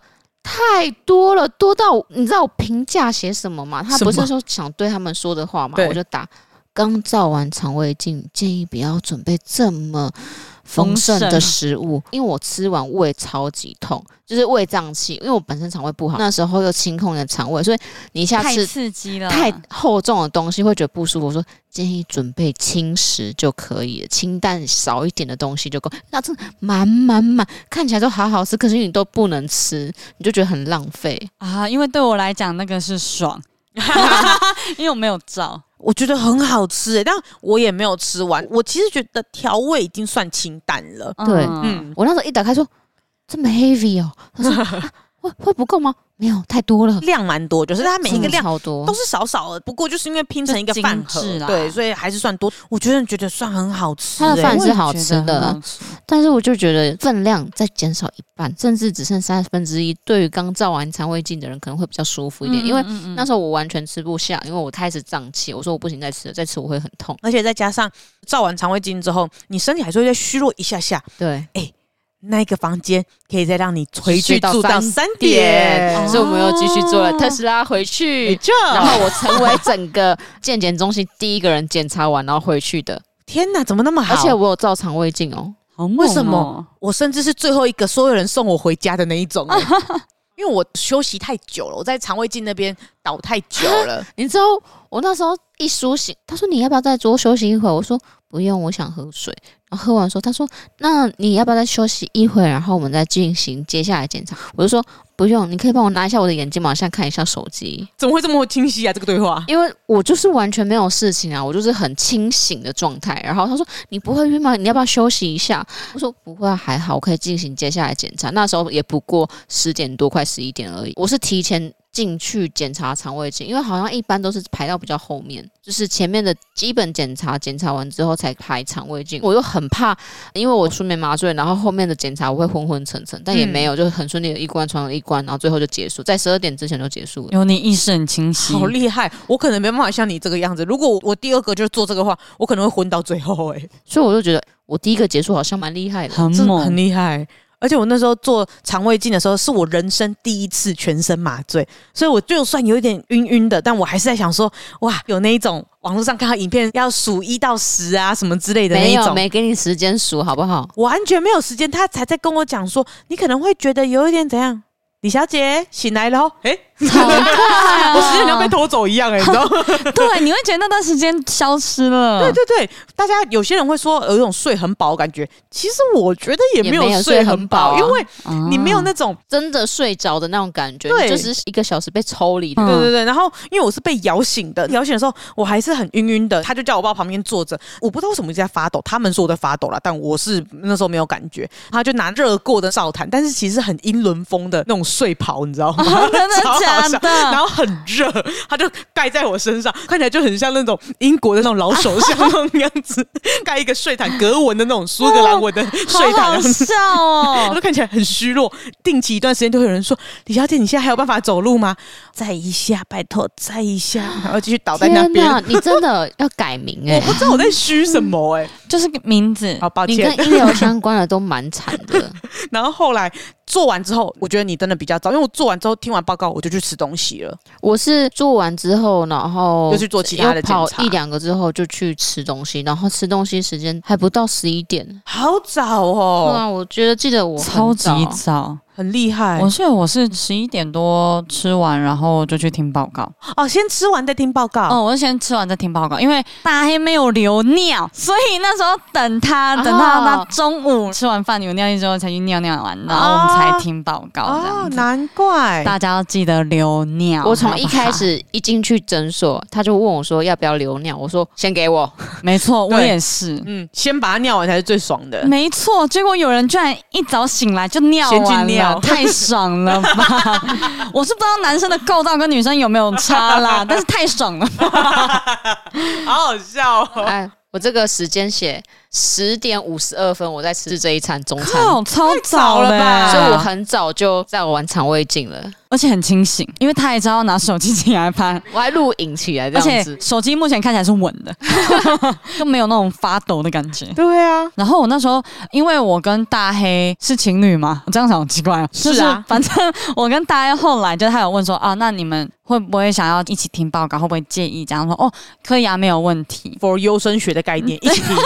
太多了，多到我你知道我评价写什么吗？他
什么
不是说想对他们说的话吗？
对
我就打刚照完肠胃镜，建议不要准备这么丰盛的食物，因为我吃完胃超级痛，就是胃胀气，因为我本身肠胃不好，那时候又清空了肠胃，所以你一下
太
吃
刺激
嗯
了，
太厚重的东西会觉得不舒服。我说建议准备轻食就可以了，清淡少一点的东西就够。那这满满满看起来都好好吃，可是你都不能吃，你就觉得很浪费。
啊！因为对我来讲，那个是
[laughs]
爽，因为我没有照。
我觉得很好吃、欸，但我也没有吃完。我其实觉得调味已经算清淡了。
对
嗯，
嗯，
我那时候一打开说这么 heavy 哦，他说、啊、会会不够吗？没有，太多了，
量蛮多，就是它每一个
嗯
真的
量
超多
都。是少少的，不过就是因为拼成一个
就
饭
精
盒
致啦，
对，所以还是算多。我觉得觉得算很好吃、欸，
它的饭
我
是
也
好
觉
吃
得很
的
好吃
但是我就觉得分量再减少一半，甚至只剩三分之一，对于刚照完肠胃镜的人可能会比较舒服一点，因为
嗯嗯嗯
那时候我完全吃不下，因为我开始胀气，我说我不行再吃了，再吃我会很痛。
而且再加上照完肠胃镜之后，你身体还是会再虚弱一下下。
对，
那一个房间可以再让你回去
睡到
住到
3
三点，
哦
所以我们又继续做了特斯拉回去，
这
然后我成为整个健检中心第一个人检查完然后回去的，
天哪，怎么那么好？
而且我有照肠胃镜哦。
好猛哦
为什么？我甚至是最后一个所有人送我回家的那一 [laughs] 种欸、因为我休息太久了，我在肠胃镜那边倒太久了。
你知道我那时候一苏醒，他说你要不要再多休息一会儿？我说不用，我想喝水。然后喝完说，他说那你要不要再休息一会儿，然后我们再进行接下来检查？我就说不用，你可以帮我拿一下我的眼睛吗？我现在看一下手机，
[laughs] 怎么会这么清晰啊？这个对话，
因为我就是完全没有事情啊，我就是很清醒的状态。然后他说你不会晕吗？你要不要休息一下？我说不会、啊，还好，我可以进行接下来检查。那时候也不过十点多，快十一点而已。我是提前进去检查肠胃镜，因为好像一般都是排到比较后面，就是前面的基本检查，检查完之后才排肠胃镜。我又很怕，因为我睡眠麻醉，然后后面的检查我会昏昏沉沉，但也没有，就很顺利的一关传了一关，然后最后就结束，在十二点之前就结束了。
有你意识很清晰，
好厉害！我可能没办法像你这个样子。如果我我第二个就是做这个话，我可能会昏到最后、欸，哎，
所以我就觉得我第一个结束好像蛮厉害的。
很
真的
猛，
很厉害。而且我那时候做肠胃镜的时候，是我人生第一次全身麻醉，所以我就算有一点晕晕的，但我还是在想说，哇，有那一种网络上看到影片要数一到十啊什么之类的那
没
一
有，
种，
没给你时间数，好不好？
完全没有时间，他才在跟我讲说，你可能会觉得有一点怎样，李小姐醒
[laughs]
来了哦，哎、
好快
[laughs] 我时间
啊
要被偷走一样、哎，你知道吗？
哦对，你会觉得那段时间消失了。
对对对，大家有些人会说有一种睡很饱的感觉，其实我觉得也
也
没
没有
有
睡
睡
很
很
饱
饱，嗯
啊
因为你没有那
啊
种
真的睡着的那种感觉，
对
你就是一个小时被抽离的。
嗯
对对对，然后因为我是被摇醒的，摇醒的时候我还是很晕晕的，他就叫我爸旁边坐着，我不知道为什么一直在发抖，他们说我在发抖了，但我是那时候没有感觉，他就拿热过的罩毯，但是其实很英伦风的那种睡袍，你知道吗？
[laughs]
[laughs]
真的
超好
假
笑
的
[laughs] 然后很热，他就盖在我身上，看起来就很像那种 [laughs] 英国的那种老首相那种样子， [laughs] 盖一个睡毯格纹的那种苏 [laughs] 格兰纹的睡
好
毯
好
样子。
笑
我
[laughs]
哦！
都看起来很虚弱。定期一段时间都会有人说：“李小姐，你现在还有办法走路吗？”再一下，拜托，再一下，然后继续倒在那
天
边。
哪，你真的 [laughs] 要改名哎、
我不知道我在虚什么哎、
就是个名字
好抱
你
歉
跟。医疗相关的都蛮惨
[laughs]
的，
然后后来做完之后，我觉得你真的比较早，因为我做完之后听完报告我就去吃东西了。
我是做完之后，然后
又去做其他
哦
的
又跑
检查
一两个之后就去吃东西，然后吃东西时间还不到十一点。
好早
哇、
哦，
我觉得记得我很
超级
早哎
早，
很厉害
我记得我是十一点多吃完，然后就去听报告。
哦！先吃完再听报告。
哦，我是先吃完再听报告，因为大黑没有留尿，所以那时候等他
哦
等到他中午吃完饭有尿意之后才去尿尿完，然后我们才听报告这
哦
样，子。
难怪
大家要记得留
啊
尿。
我从一
好不好
开，始一进去诊所，他就问我说要不要留尿，我说先给我，
没错，
对
我也是。
嗯，先把它尿完才是最爽的。
没错，结果有人居然一早醒来就尿
先去
完了，
尿
太爽了
[laughs]
吧！我是不知道男生的构造跟女生有没有差啦，
[laughs]
但是太爽了。
好好笑
[laughs]
哦！
哎，我这个时间写十点五十二分，我在吃这一餐中餐，
靠，超
早了
嘞
吧
所以我很早就在玩肠胃镜了，
而且很清醒，因为他也知道拿手机起来拍，
我还录影起来这
而
样
且
子。 [laughs]
手机目前看起来是稳
[laughs]
的，就没有那种发抖的感觉。
对啊，
然后我那时候，因为我跟大黑是情侣嘛，我这样想好奇怪哦。就是
啊
反正我跟大黑后来就他有问说啊，那你们会不会想要一起听报告？会不会介意？这样说哦，可以啊，没有问题。
for 优生学的概念一起听。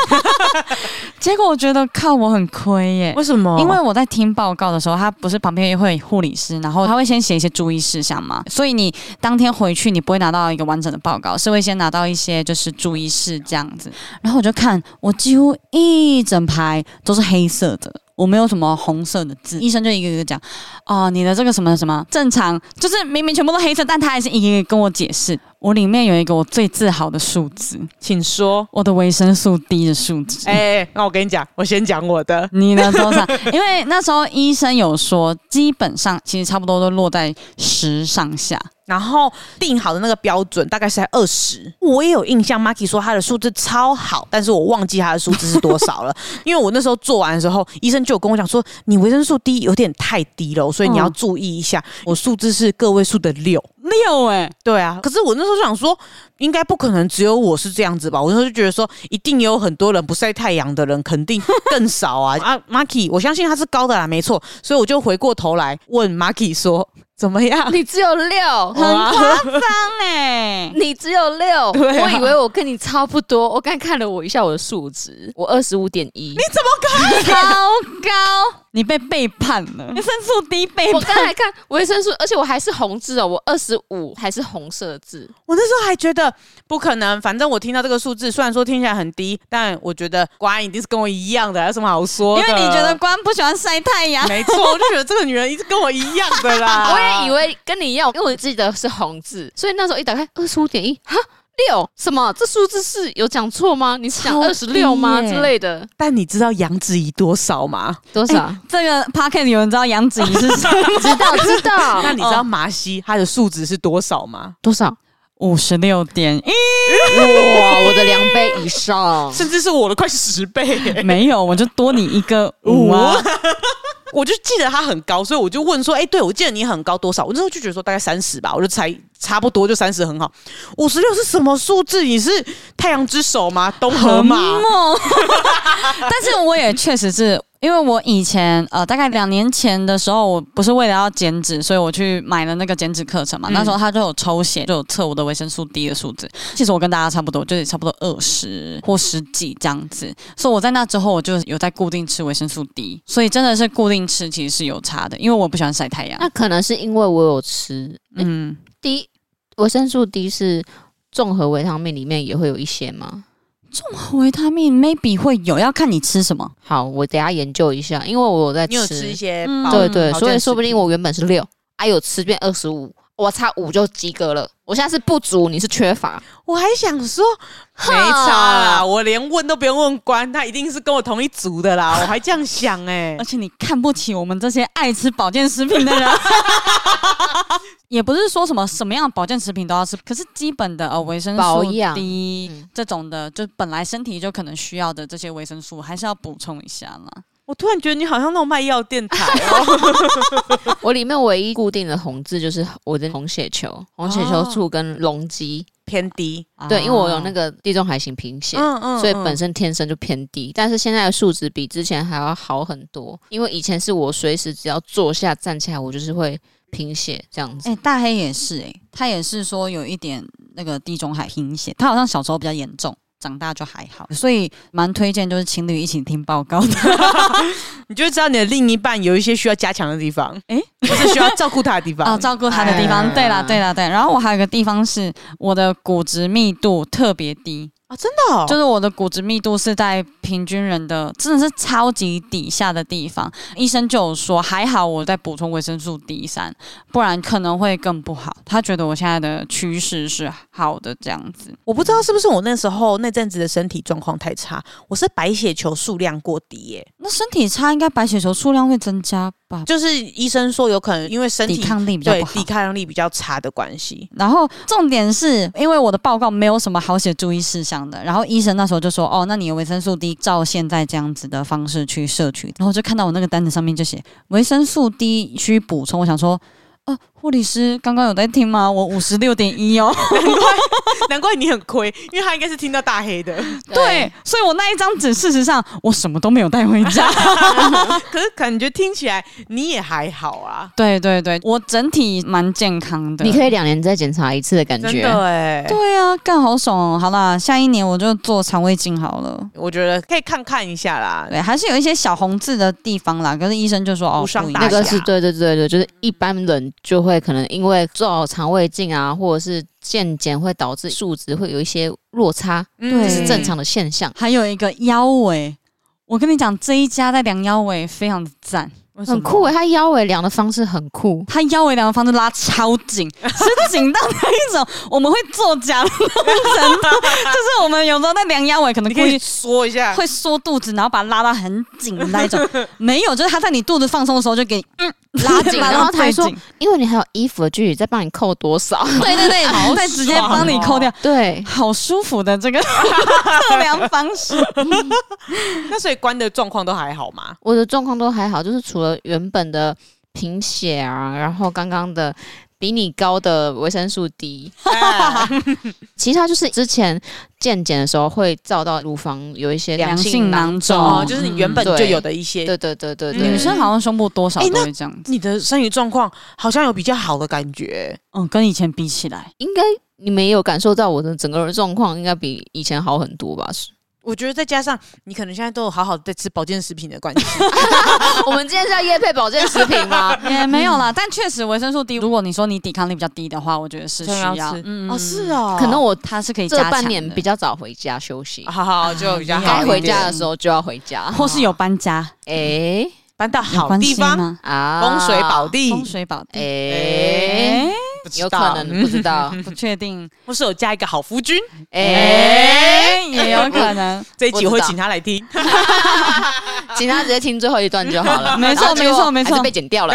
结果我觉得靠，我很亏耶。
为什么？
因为我在听报告的时候，他不是旁边会有护理师，然后他会先写一些注意事项嘛，所以你当天回去你不会拿到一个完整的报告，是会先拿到一些就是注意事这样子。然后我就看，我几乎一整排都是黑色的。我没有什么红色的字，医生就一个一个讲，哦，你的这个什么什么正常，就是明明全部都黑色，但他还是一个一个跟我解释。我里面有一个我最自豪的数字，
请说。
我的维生素 D 的数值。
[laughs] 哎、那我跟你讲，我先讲我的。
你的多少？ [laughs] 因为那时候医生有说，基本上其实差不多都落在十上下。
然后定好的那个标准大概是在二十，我也有印象，Maki 说他的数字超好，但是我忘记他的数字是多少 [laughs] 了。因为我那时候做完的时候，医生就有跟我讲说，你维生素 D 有点太低了，所以你要
嗯
注意一下。我数字是个位数的六，
六哎、
对啊。可是我那时候就想说，应该不可能只有我是这样子吧？我那时候就觉得说，一定有很多人不晒太阳的人，肯定更少啊。啊，Maki，我相信他是高的啦，没错。所以我就回过头来问 Maki 说。怎么 [laughs] 样？
你只有 [laughs] 六，
很夸张 [laughs] 哎！
你只有六，
对啊
我以为我跟你差不多。我刚看了我一下我的数值，我二十五点一。
超高，你被背叛了，你申诉低背
我
叛。
刚才看维生素，而且我还是红字哦，我二十五还是红色字。
我那时候还觉得不可能，反正我听到这个数字，虽然说听起来很低，但我觉得瓜一定是跟我一样的，有什么好说
因
的？
为你
[laughs]
觉得关不喜欢晒太阳，
没错，我就觉得这个女人一直跟 [laughs] 我一样的啦。
我也以为跟你一样，因为我记得是红字，所以那时候一打开二十五点一，哈。六什么？这数字是有讲错吗？你是讲
超
二十六吗
低耶
之类的？
但你知道杨子怡多少吗？
多少？
这个 p o c k e t 有人知道杨子怡是 [laughs] 谁？
知道知道
那你知道麻西她的数值是多少吗？
[laughs] 多少？
五十六点一，
哇，我的两倍以上。
甚至是我的快十倍、欸。
没有，我就多你一个五啊。
[laughs] 我就记得她很高，所以我就问说：“哎、对我记得你很高多少？”我那时候就觉得说大概三十吧，我就猜差不多就三十很好。五十六是什么数字？你是太阳之手吗？东河
很
吗？
猛。 [laughs] 但是我也确实是因为我以前呃，大概两年前的时候，我不是为了要减脂，所以我去买了那个减脂课程嘛。
嗯
那时候他就有抽血，就有测我的维生素 D 的数值。其实我跟大家差不多，就是差不多二十或十几这样子。所以我在那之后，我就有在固定吃维生素 D，所以真的是固定吃其实是有差的，因为我不喜欢晒太阳。
[laughs] 那可能是因为我有吃
嗯，
D 维生素 D 是综合维他命里面也会有一些吗？
维他命 maybe 会有，要看你吃什么。
好，我等一下研究一下，因为我有在吃，
你有吃一些
嗯
保
对
嗯
对，
保
所以
健
说
食
不定
品
我原本是六，啊有吃变二十五，我差五就及格了。我现在是不足，你是缺乏， [laughs]
我还想说，没差啦，我连问都不用问关，他一定是跟我同一组的 [laughs] 啦，我还这样想哎、
而且你看不起我们这些爱吃保健食品的人， [laughs] 也不是说什么什么样的保健食品都要吃，可是基本的呃维生
保
素
养
D、
嗯
这种的，就本来身体就可能需要的这些维生素，还是要补充一下啦。
我突然觉得你好像那种卖药电台哦、
我里面唯一固定的红字就是我的红血球、红血球
哦
素跟容积。
[laughs] 偏低，
对，因为我有那
个，
个地中海型贫血，
嗯嗯
所以本身天生就偏低，但是现在的数值比之前还要好很多，因为以前是我随时只要坐下站起来，我就是会贫血这样子。
哎、大黑也是、哎，他也是说有一点那个地中海贫血，他好像小时候比较严重。长大就还好，所以蛮推荐就是情侣一起听报告的。
你就会知道你的另一半有一些需要加强的地方，哎、
诶
或是需要哦照顾他的地方。
啊，照顾他的地
哎
方。对啦，对啦，对。然后我还有一个地方是我的骨质密度特别低，
啊真的、哦，
就是我的骨质密度是在平均人的真的是超级底下的地方。医生就有说，还好我在补充维生素 D 三，不然可能会更不好。他觉得我现在的趋势是好的这样子。
我不知道是不是我那时候那阵子的身体状况太差，我是白血球数量过低耶、
那身体差，应该白血球数量会增加吧？
就是医生说有可能因为身体
抵抗力比较
对
不好
抵。抗力比较差的关系， [laughs]
然后重点是因为我的报告没有什么好写注意事项的，然后医生那时候就说，哦，那你的维生素 D 照现在这样子的方式去摄取，然后我就看到我那个单子上面就写维生素 D 需补充，我想说。哦，护理师刚刚有在听吗？我五十六点一哦，
难怪你很亏，因为他应该是听到大黑的。
对，所以我那一张纸，事实上我什么都没有带回家。
[laughs] 可是感觉听起来你也还好啊，
对对对，我整体蛮健康的。
你可以两年再检查一次的感
真
觉。
的哎、
对啊，干好爽哦！好啦，下一年我就做肠胃镜好了。
我觉得可以看看一下啦。
对，还是有一些小红字的地方啦。可是医生就说哦，
无伤
不一
大
那
样
个
雅
是对对对对，就是一般人就会可能因为做肠胃镜啊，或者是健检会导致数值会有一些落差，
嗯
对
这是正常的现象。
还有一个腰围，我跟你讲，这一家在量腰围非常的赞，
为什么
很酷欸诶、他腰围量的方式很酷。
他腰围量的方式拉超 [laughs] 紧，是紧到那一种我们会作假的那种程度，就是我们有时候在量腰围，可啊能
你
故
可以
意。
说一下，
会缩肚子，然后把它拉到很紧的那一 [laughs] 种，没有，就是他在你肚子放松的时候就给你、嗯、
拉紧然后
到
他还
最
说
紧
因为你还有衣服的距离，再帮你扣多少？
对对 [laughs] 对，
好
再直接
爽
帮你
哦
扣掉，
[laughs] 对，
好舒服的 [laughs] 这个测量方式。
那所以关的状况都还好 [laughs] 吗？
我的状况都还好，就是除了原本的贫血啊，然后刚刚的比你高的维生素 D。
哎
其实它就是之前健检的时候会照到乳房有一些
良
性
性
囊
囊
肿，
肿
哦，就是你原本
嗯
就有的一些。
对对对对对，
女生好像胸部多少
哎
都
那
会这样子，
你的生理状况好像有比较好的感觉，
嗯，跟以前比起来，
应该你们也有感受到我的整个人状况应该比以前好很多吧？ [laughs] 是
我觉得再加上你可能现在都有好好地在吃保健食品的关系，
我们今天是要夜配保健食品
[laughs]
吗？
[laughs] 也没有啦。但确实维生素 D，如果你说你抵抗力比较低的话，我觉得是需
真要
要
吃，
嗯
哦，是哦，
可能我
它是可以
这
加强
半年比
较，
较早回家休息，
好好就比较
啊
嗯
好
该
一点。
回家的时候就要回家。
或哦是有搬家
哎
搬嗯到
有
好
关
地
系
方，
吗？
啊，
风水宝地，
风水宝地，
哎，
不知
有
道
可能不知道
不确定，
[laughs] 或是有加一个好夫君，
[laughs]
哎。
也有可能，
这一集
不知
会
道
请他来听。
请他直接听最后一段就好了。
[laughs] 没错
然后结果
没错没
还
错
是被剪
[laughs]
掉了。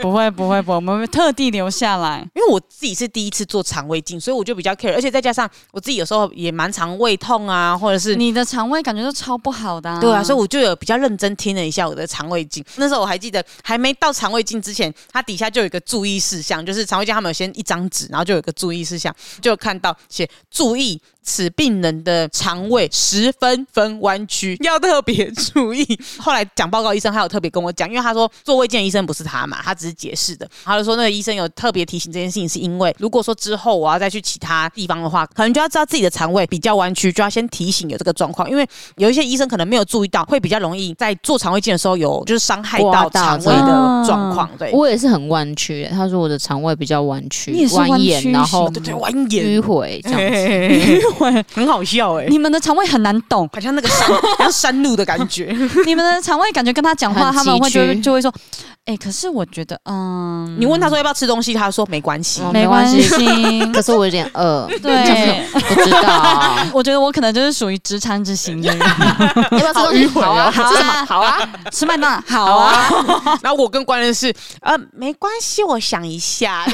不会不会不会，我们会特地留下来。
因为我自己是第一次做肠胃镜，所以我就比较 care，而且再加上我自己有时候也蛮常胃痛啊，或者是。
你的肠胃感觉都超不好的、
对啊，所以我就有比较认真听了一下我的肠胃镜。那时候我还记得，还没到肠胃镜之前，它底下就有一个注意事项，就是肠胃镜他们有先一张纸，然后就有一个注意事项，就有看到写注意，此病人的肠胃十分分弯曲，要特别注意。 [laughs] 后来讲报告医生还有特别跟我讲，因为他说做胃镜的医生不是他嘛，他只是解释的。他就说那个医生有特别提醒这件事情，是因为如果说之后我要再去其他地方的话，可能就要知道自己的肠胃比较弯曲，就要先提醒有这个状况，因为有一些医生可能没有注意到，会比较容易在做肠胃镜的时候有就是伤害
刮
到
到
肠胃的状况。对，
我也是很弯曲的，他说我的肠胃比较弯曲，
你也是
蜿
弯曲
蜒，然
型
后
的
对对，蜿
迂，
蜒
回
嗯 [laughs]
这样子。
很好笑哎、，
[laughs] 你们的肠胃很难懂
好像那个山，好像山路的感
[laughs]
觉。
[laughs] 你们的肠胃感觉跟他讲话，
很
他们会就
崎
会
岖
就会说，哎、可是我觉得，嗯，
你问他说要不要吃东西，他说没关系。
嗯没
没
关
关
系
系，
可是我有点饿，这样子
对，
不知道
我觉得我可能就是属于直肠之型的人，
[laughs]
要不要吃东西？好啊，
好
吃什么？
啊
好啊，
吃麦当劳好
[laughs]
啊，
然后我跟官人是，呃，没关系，我想
[laughs]
一下，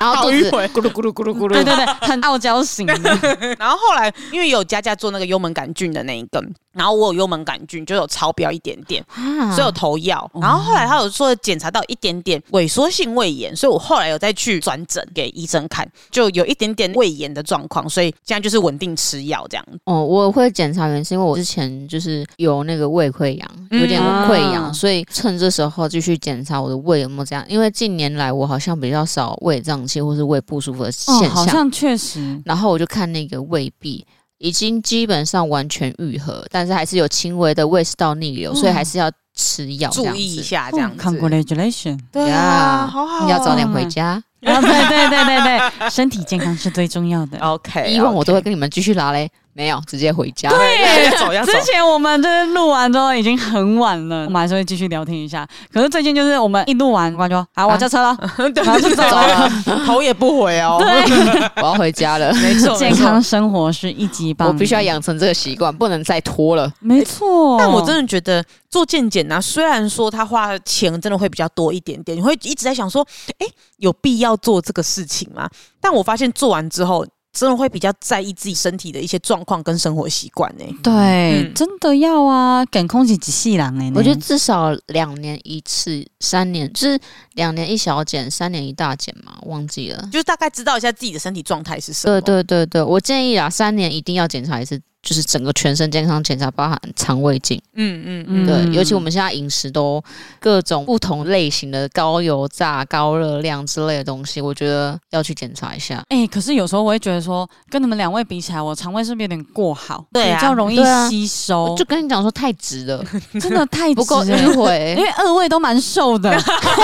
然后肚子
回，咕噜咕噜咕噜咕
对对对，很傲娇型
嗯
的，
然后后来因为有佳佳做那个幽门杆菌的那一根，然后我有幽门杆菌就有超标一点点，
啊
所以有投药。然后后来他有说检查到一点点萎缩性胃炎，所以我后来有再去转诊给医生看，就有一点点胃炎的状况，所以现在就是稳定吃药这样。
哦，我会检查原因是因为我之前就是有那个胃溃疡，有点
嗯
溃疡，
啊
所以趁这时候继续检查我的胃有没有这样。因为近年来我好像比较少胃胀气或是胃不舒服的现
哦，
象，
好像确实，
然后我就看那个胃壁。已经基本上完全愈合，但是还是有轻微的胃食道逆流，所以还是要吃药，
注意一。啊下，这
哦
样子。
，Congratulation，
对
呀
啊，好好、哦，
你要早点回家，
啊，对对对对对，身体健康是最重要的。
OK，
以往我都会跟你们继续拉嘞，没有直接回家。
哎对，要走要走
之。前我们就是录完之后已经很晚了，我们还是会继续聊天一下。可是最近就是我们一录完，关就说好，我叫车了，
[laughs] 对
然后就走
啊
了。
头也不回哦。
啊我要回家了，
没错，
健康生活是一级棒，
我必须要，养成这个习惯，不能再拖了。
没错。
但我真的觉得做健检呢，虽然说他花的钱真的会比较多一点点，你会一直在想说，哎、有必要做这个事情吗？但我发现做完之后，真的会比较在意自己身体的一些状况跟生活习惯呢。
对，
嗯
真的要啊，感空气几细狼哎，
我觉得至少两年一次，三年就是两年一小检，三年一大检嘛，忘记了。
就是大概知道一下自己的身体状态是什么。
对对对对，我建议啊，三年一定要检查一次，就是整个全身健康检查，包含肠胃镜。
嗯嗯嗯，
对，
嗯
尤其我们现在饮食都各种不同类型的高油炸、高热量之类的东西，我觉得要去检查一下。
哎、可是有时候我会觉得说，跟你们两位比起来，我肠胃是不是有点过好？
对啊
比较容易
对啊
吸收，
哦
我就跟你讲说太直了，
真的 [laughs] 太
不够
直了
迂
因
[laughs] 回。
为二位都蛮瘦
[laughs]
的，
[laughs]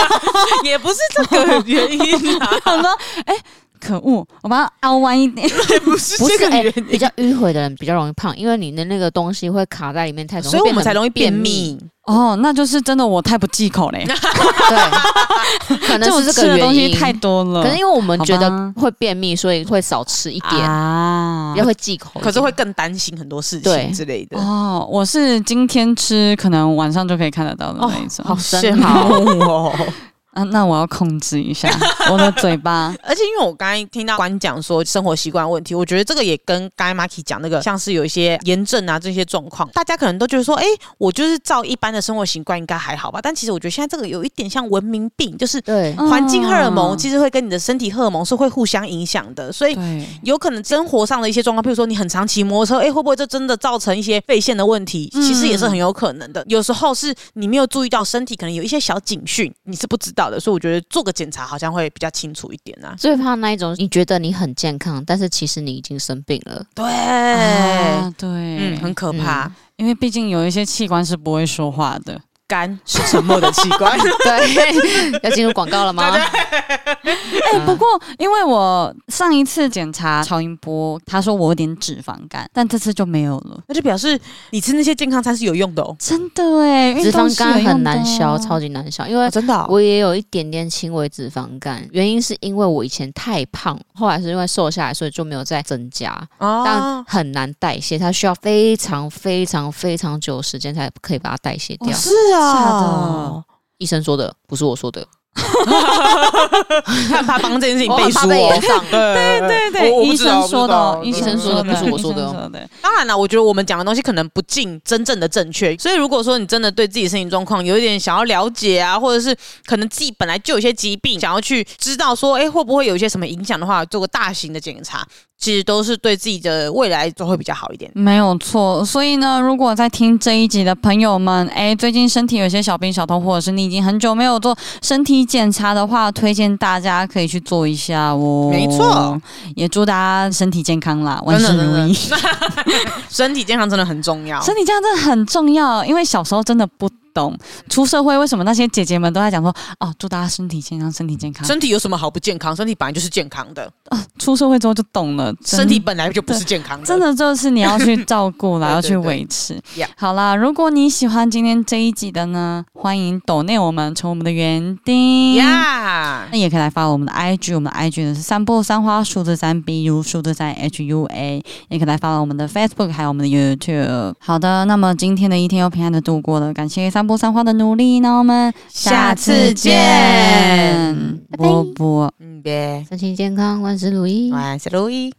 也不是这个原因啊啦，
想说，哎、可恶，我把它凹弯一点。 [laughs]
不是
不
这
是
个
哎、
原
比较迂回的人比较容易胖，因为你的那个东西会卡在里面太
因，
重，
所以
会变
我们
成
才容易便
秘。
秘。
哦，那就是真的我太不忌口嘞，
[laughs] 对，可能
就是我
这
吃
个
的东
原因
西。
嗯
太多了。
可能因为我们觉
好
得
吧
会便秘，所以会少吃一点，
啊
比较会忌口一点。
可是会更担心很多事
对
情之类的。
哦，我
哦
是今天吃，可能晚上就可以看得到的那一种。
好
真
羡慕 [laughs]
好
哦！
啊，那我要控制一下我的嘴
[laughs]
巴。
而且因为我刚才听到关讲说生活习惯问题，我觉得这个也跟刚才 Maki 讲那个像是有一些炎症啊这些状况，大家可能都觉得说，哎、我就是照一般的生活习惯应该还好吧。但其实我觉得现在这个有一点像文明病，就是
对，
环境荷尔蒙
嗯
其实会跟你的身体荷尔蒙是会互相影响的，
哎
所以。
对，
有可能生活上的一些状况，譬如说你很常骑摩托车，哎、会不会这真的造成一些肺腺的问题？
嗯
其实也是很有可能的。有时候是你没有注意到身体可能有一些小警讯，你是不知道的，所以我觉得做个检查好像会比较清楚一点啊。
最怕那一种，你觉得你很健康，但是其实你已经生病了。 [laughs]
对，
哎
啊，对，
嗯，很可怕。
因为毕竟有一些器官是不会说话的。
肝是沉默的器官，
对，要进入广告了吗？
哎、
嗯
不过因为我上一次检查超音波，他说我有点脂肪肝，但这次就没有了。
[laughs] 那就表示你吃那些健康餐是有用的哦。
真的哎，
脂肪肝很难消，
消，
超级难消，因为
啊真的哦、
我也有一点点轻微脂肪肝，原因是因为我以前太胖，后来是因为瘦下来，所以就没有再增加，但
哦，
很难代谢，它需要非常非常非常久的时间才可以把它代谢掉。
是啊，
医生说的，不是我说的。
看 [laughs] 他帮这件事情
我
背
很怕
书
被
哦
延。上
[laughs] 对
对对，医生说的哦，医生说的
不是我说的哦
医生说的。
当然了，我觉得我们讲的东西可能不尽真正的正确，所以如果说你真的对自己身体状况有一点想要了解啊，或者是可能自己本来就有一些疾病，想要去知道说，哎，会不会有一些什么影响的话，做个大型的检查，其实都是对自己的未来都会比较好一点。
没有错，所以呢，如果在听这一集的朋友们，哎，最近身体有些小病小痛，或者是你已经很久没有做身体检查的话，推荐大家可以去做一下哦。
没错，
也祝大家身体健康啦，万事
真的
如意。
[laughs] 身体健康真的很重要。
[laughs] 身体健康真的很重要，因为小时候真的不懂，出社会为什么那些姐姐们都在讲说，哦，祝大家身体健康，身体健康。
身体有什么好不健康？身体本来就是健康的，
出社会之后就懂了，真
身体本来就不是健康的。
[laughs] 真的就是你要去照顾啦，
对
要
对
去
对
维持
Yeah。
好啦，如果你喜欢今天这一集的呢，欢迎抖内我们成为我们的园丁。
呀
那也可以来发我们的 IG，我们的 IG 呢是三步三花数字三 BU 数字三 HUA，也可以来发我们的 Facebook 还有我们的 YouTube。好的，那么今天的一天又平安的度过了，感谢三步三花的努力，那我们
下次见
见
拜拜
波波。
嗯，别，
身体健康，万事如意。
晚安，小路易。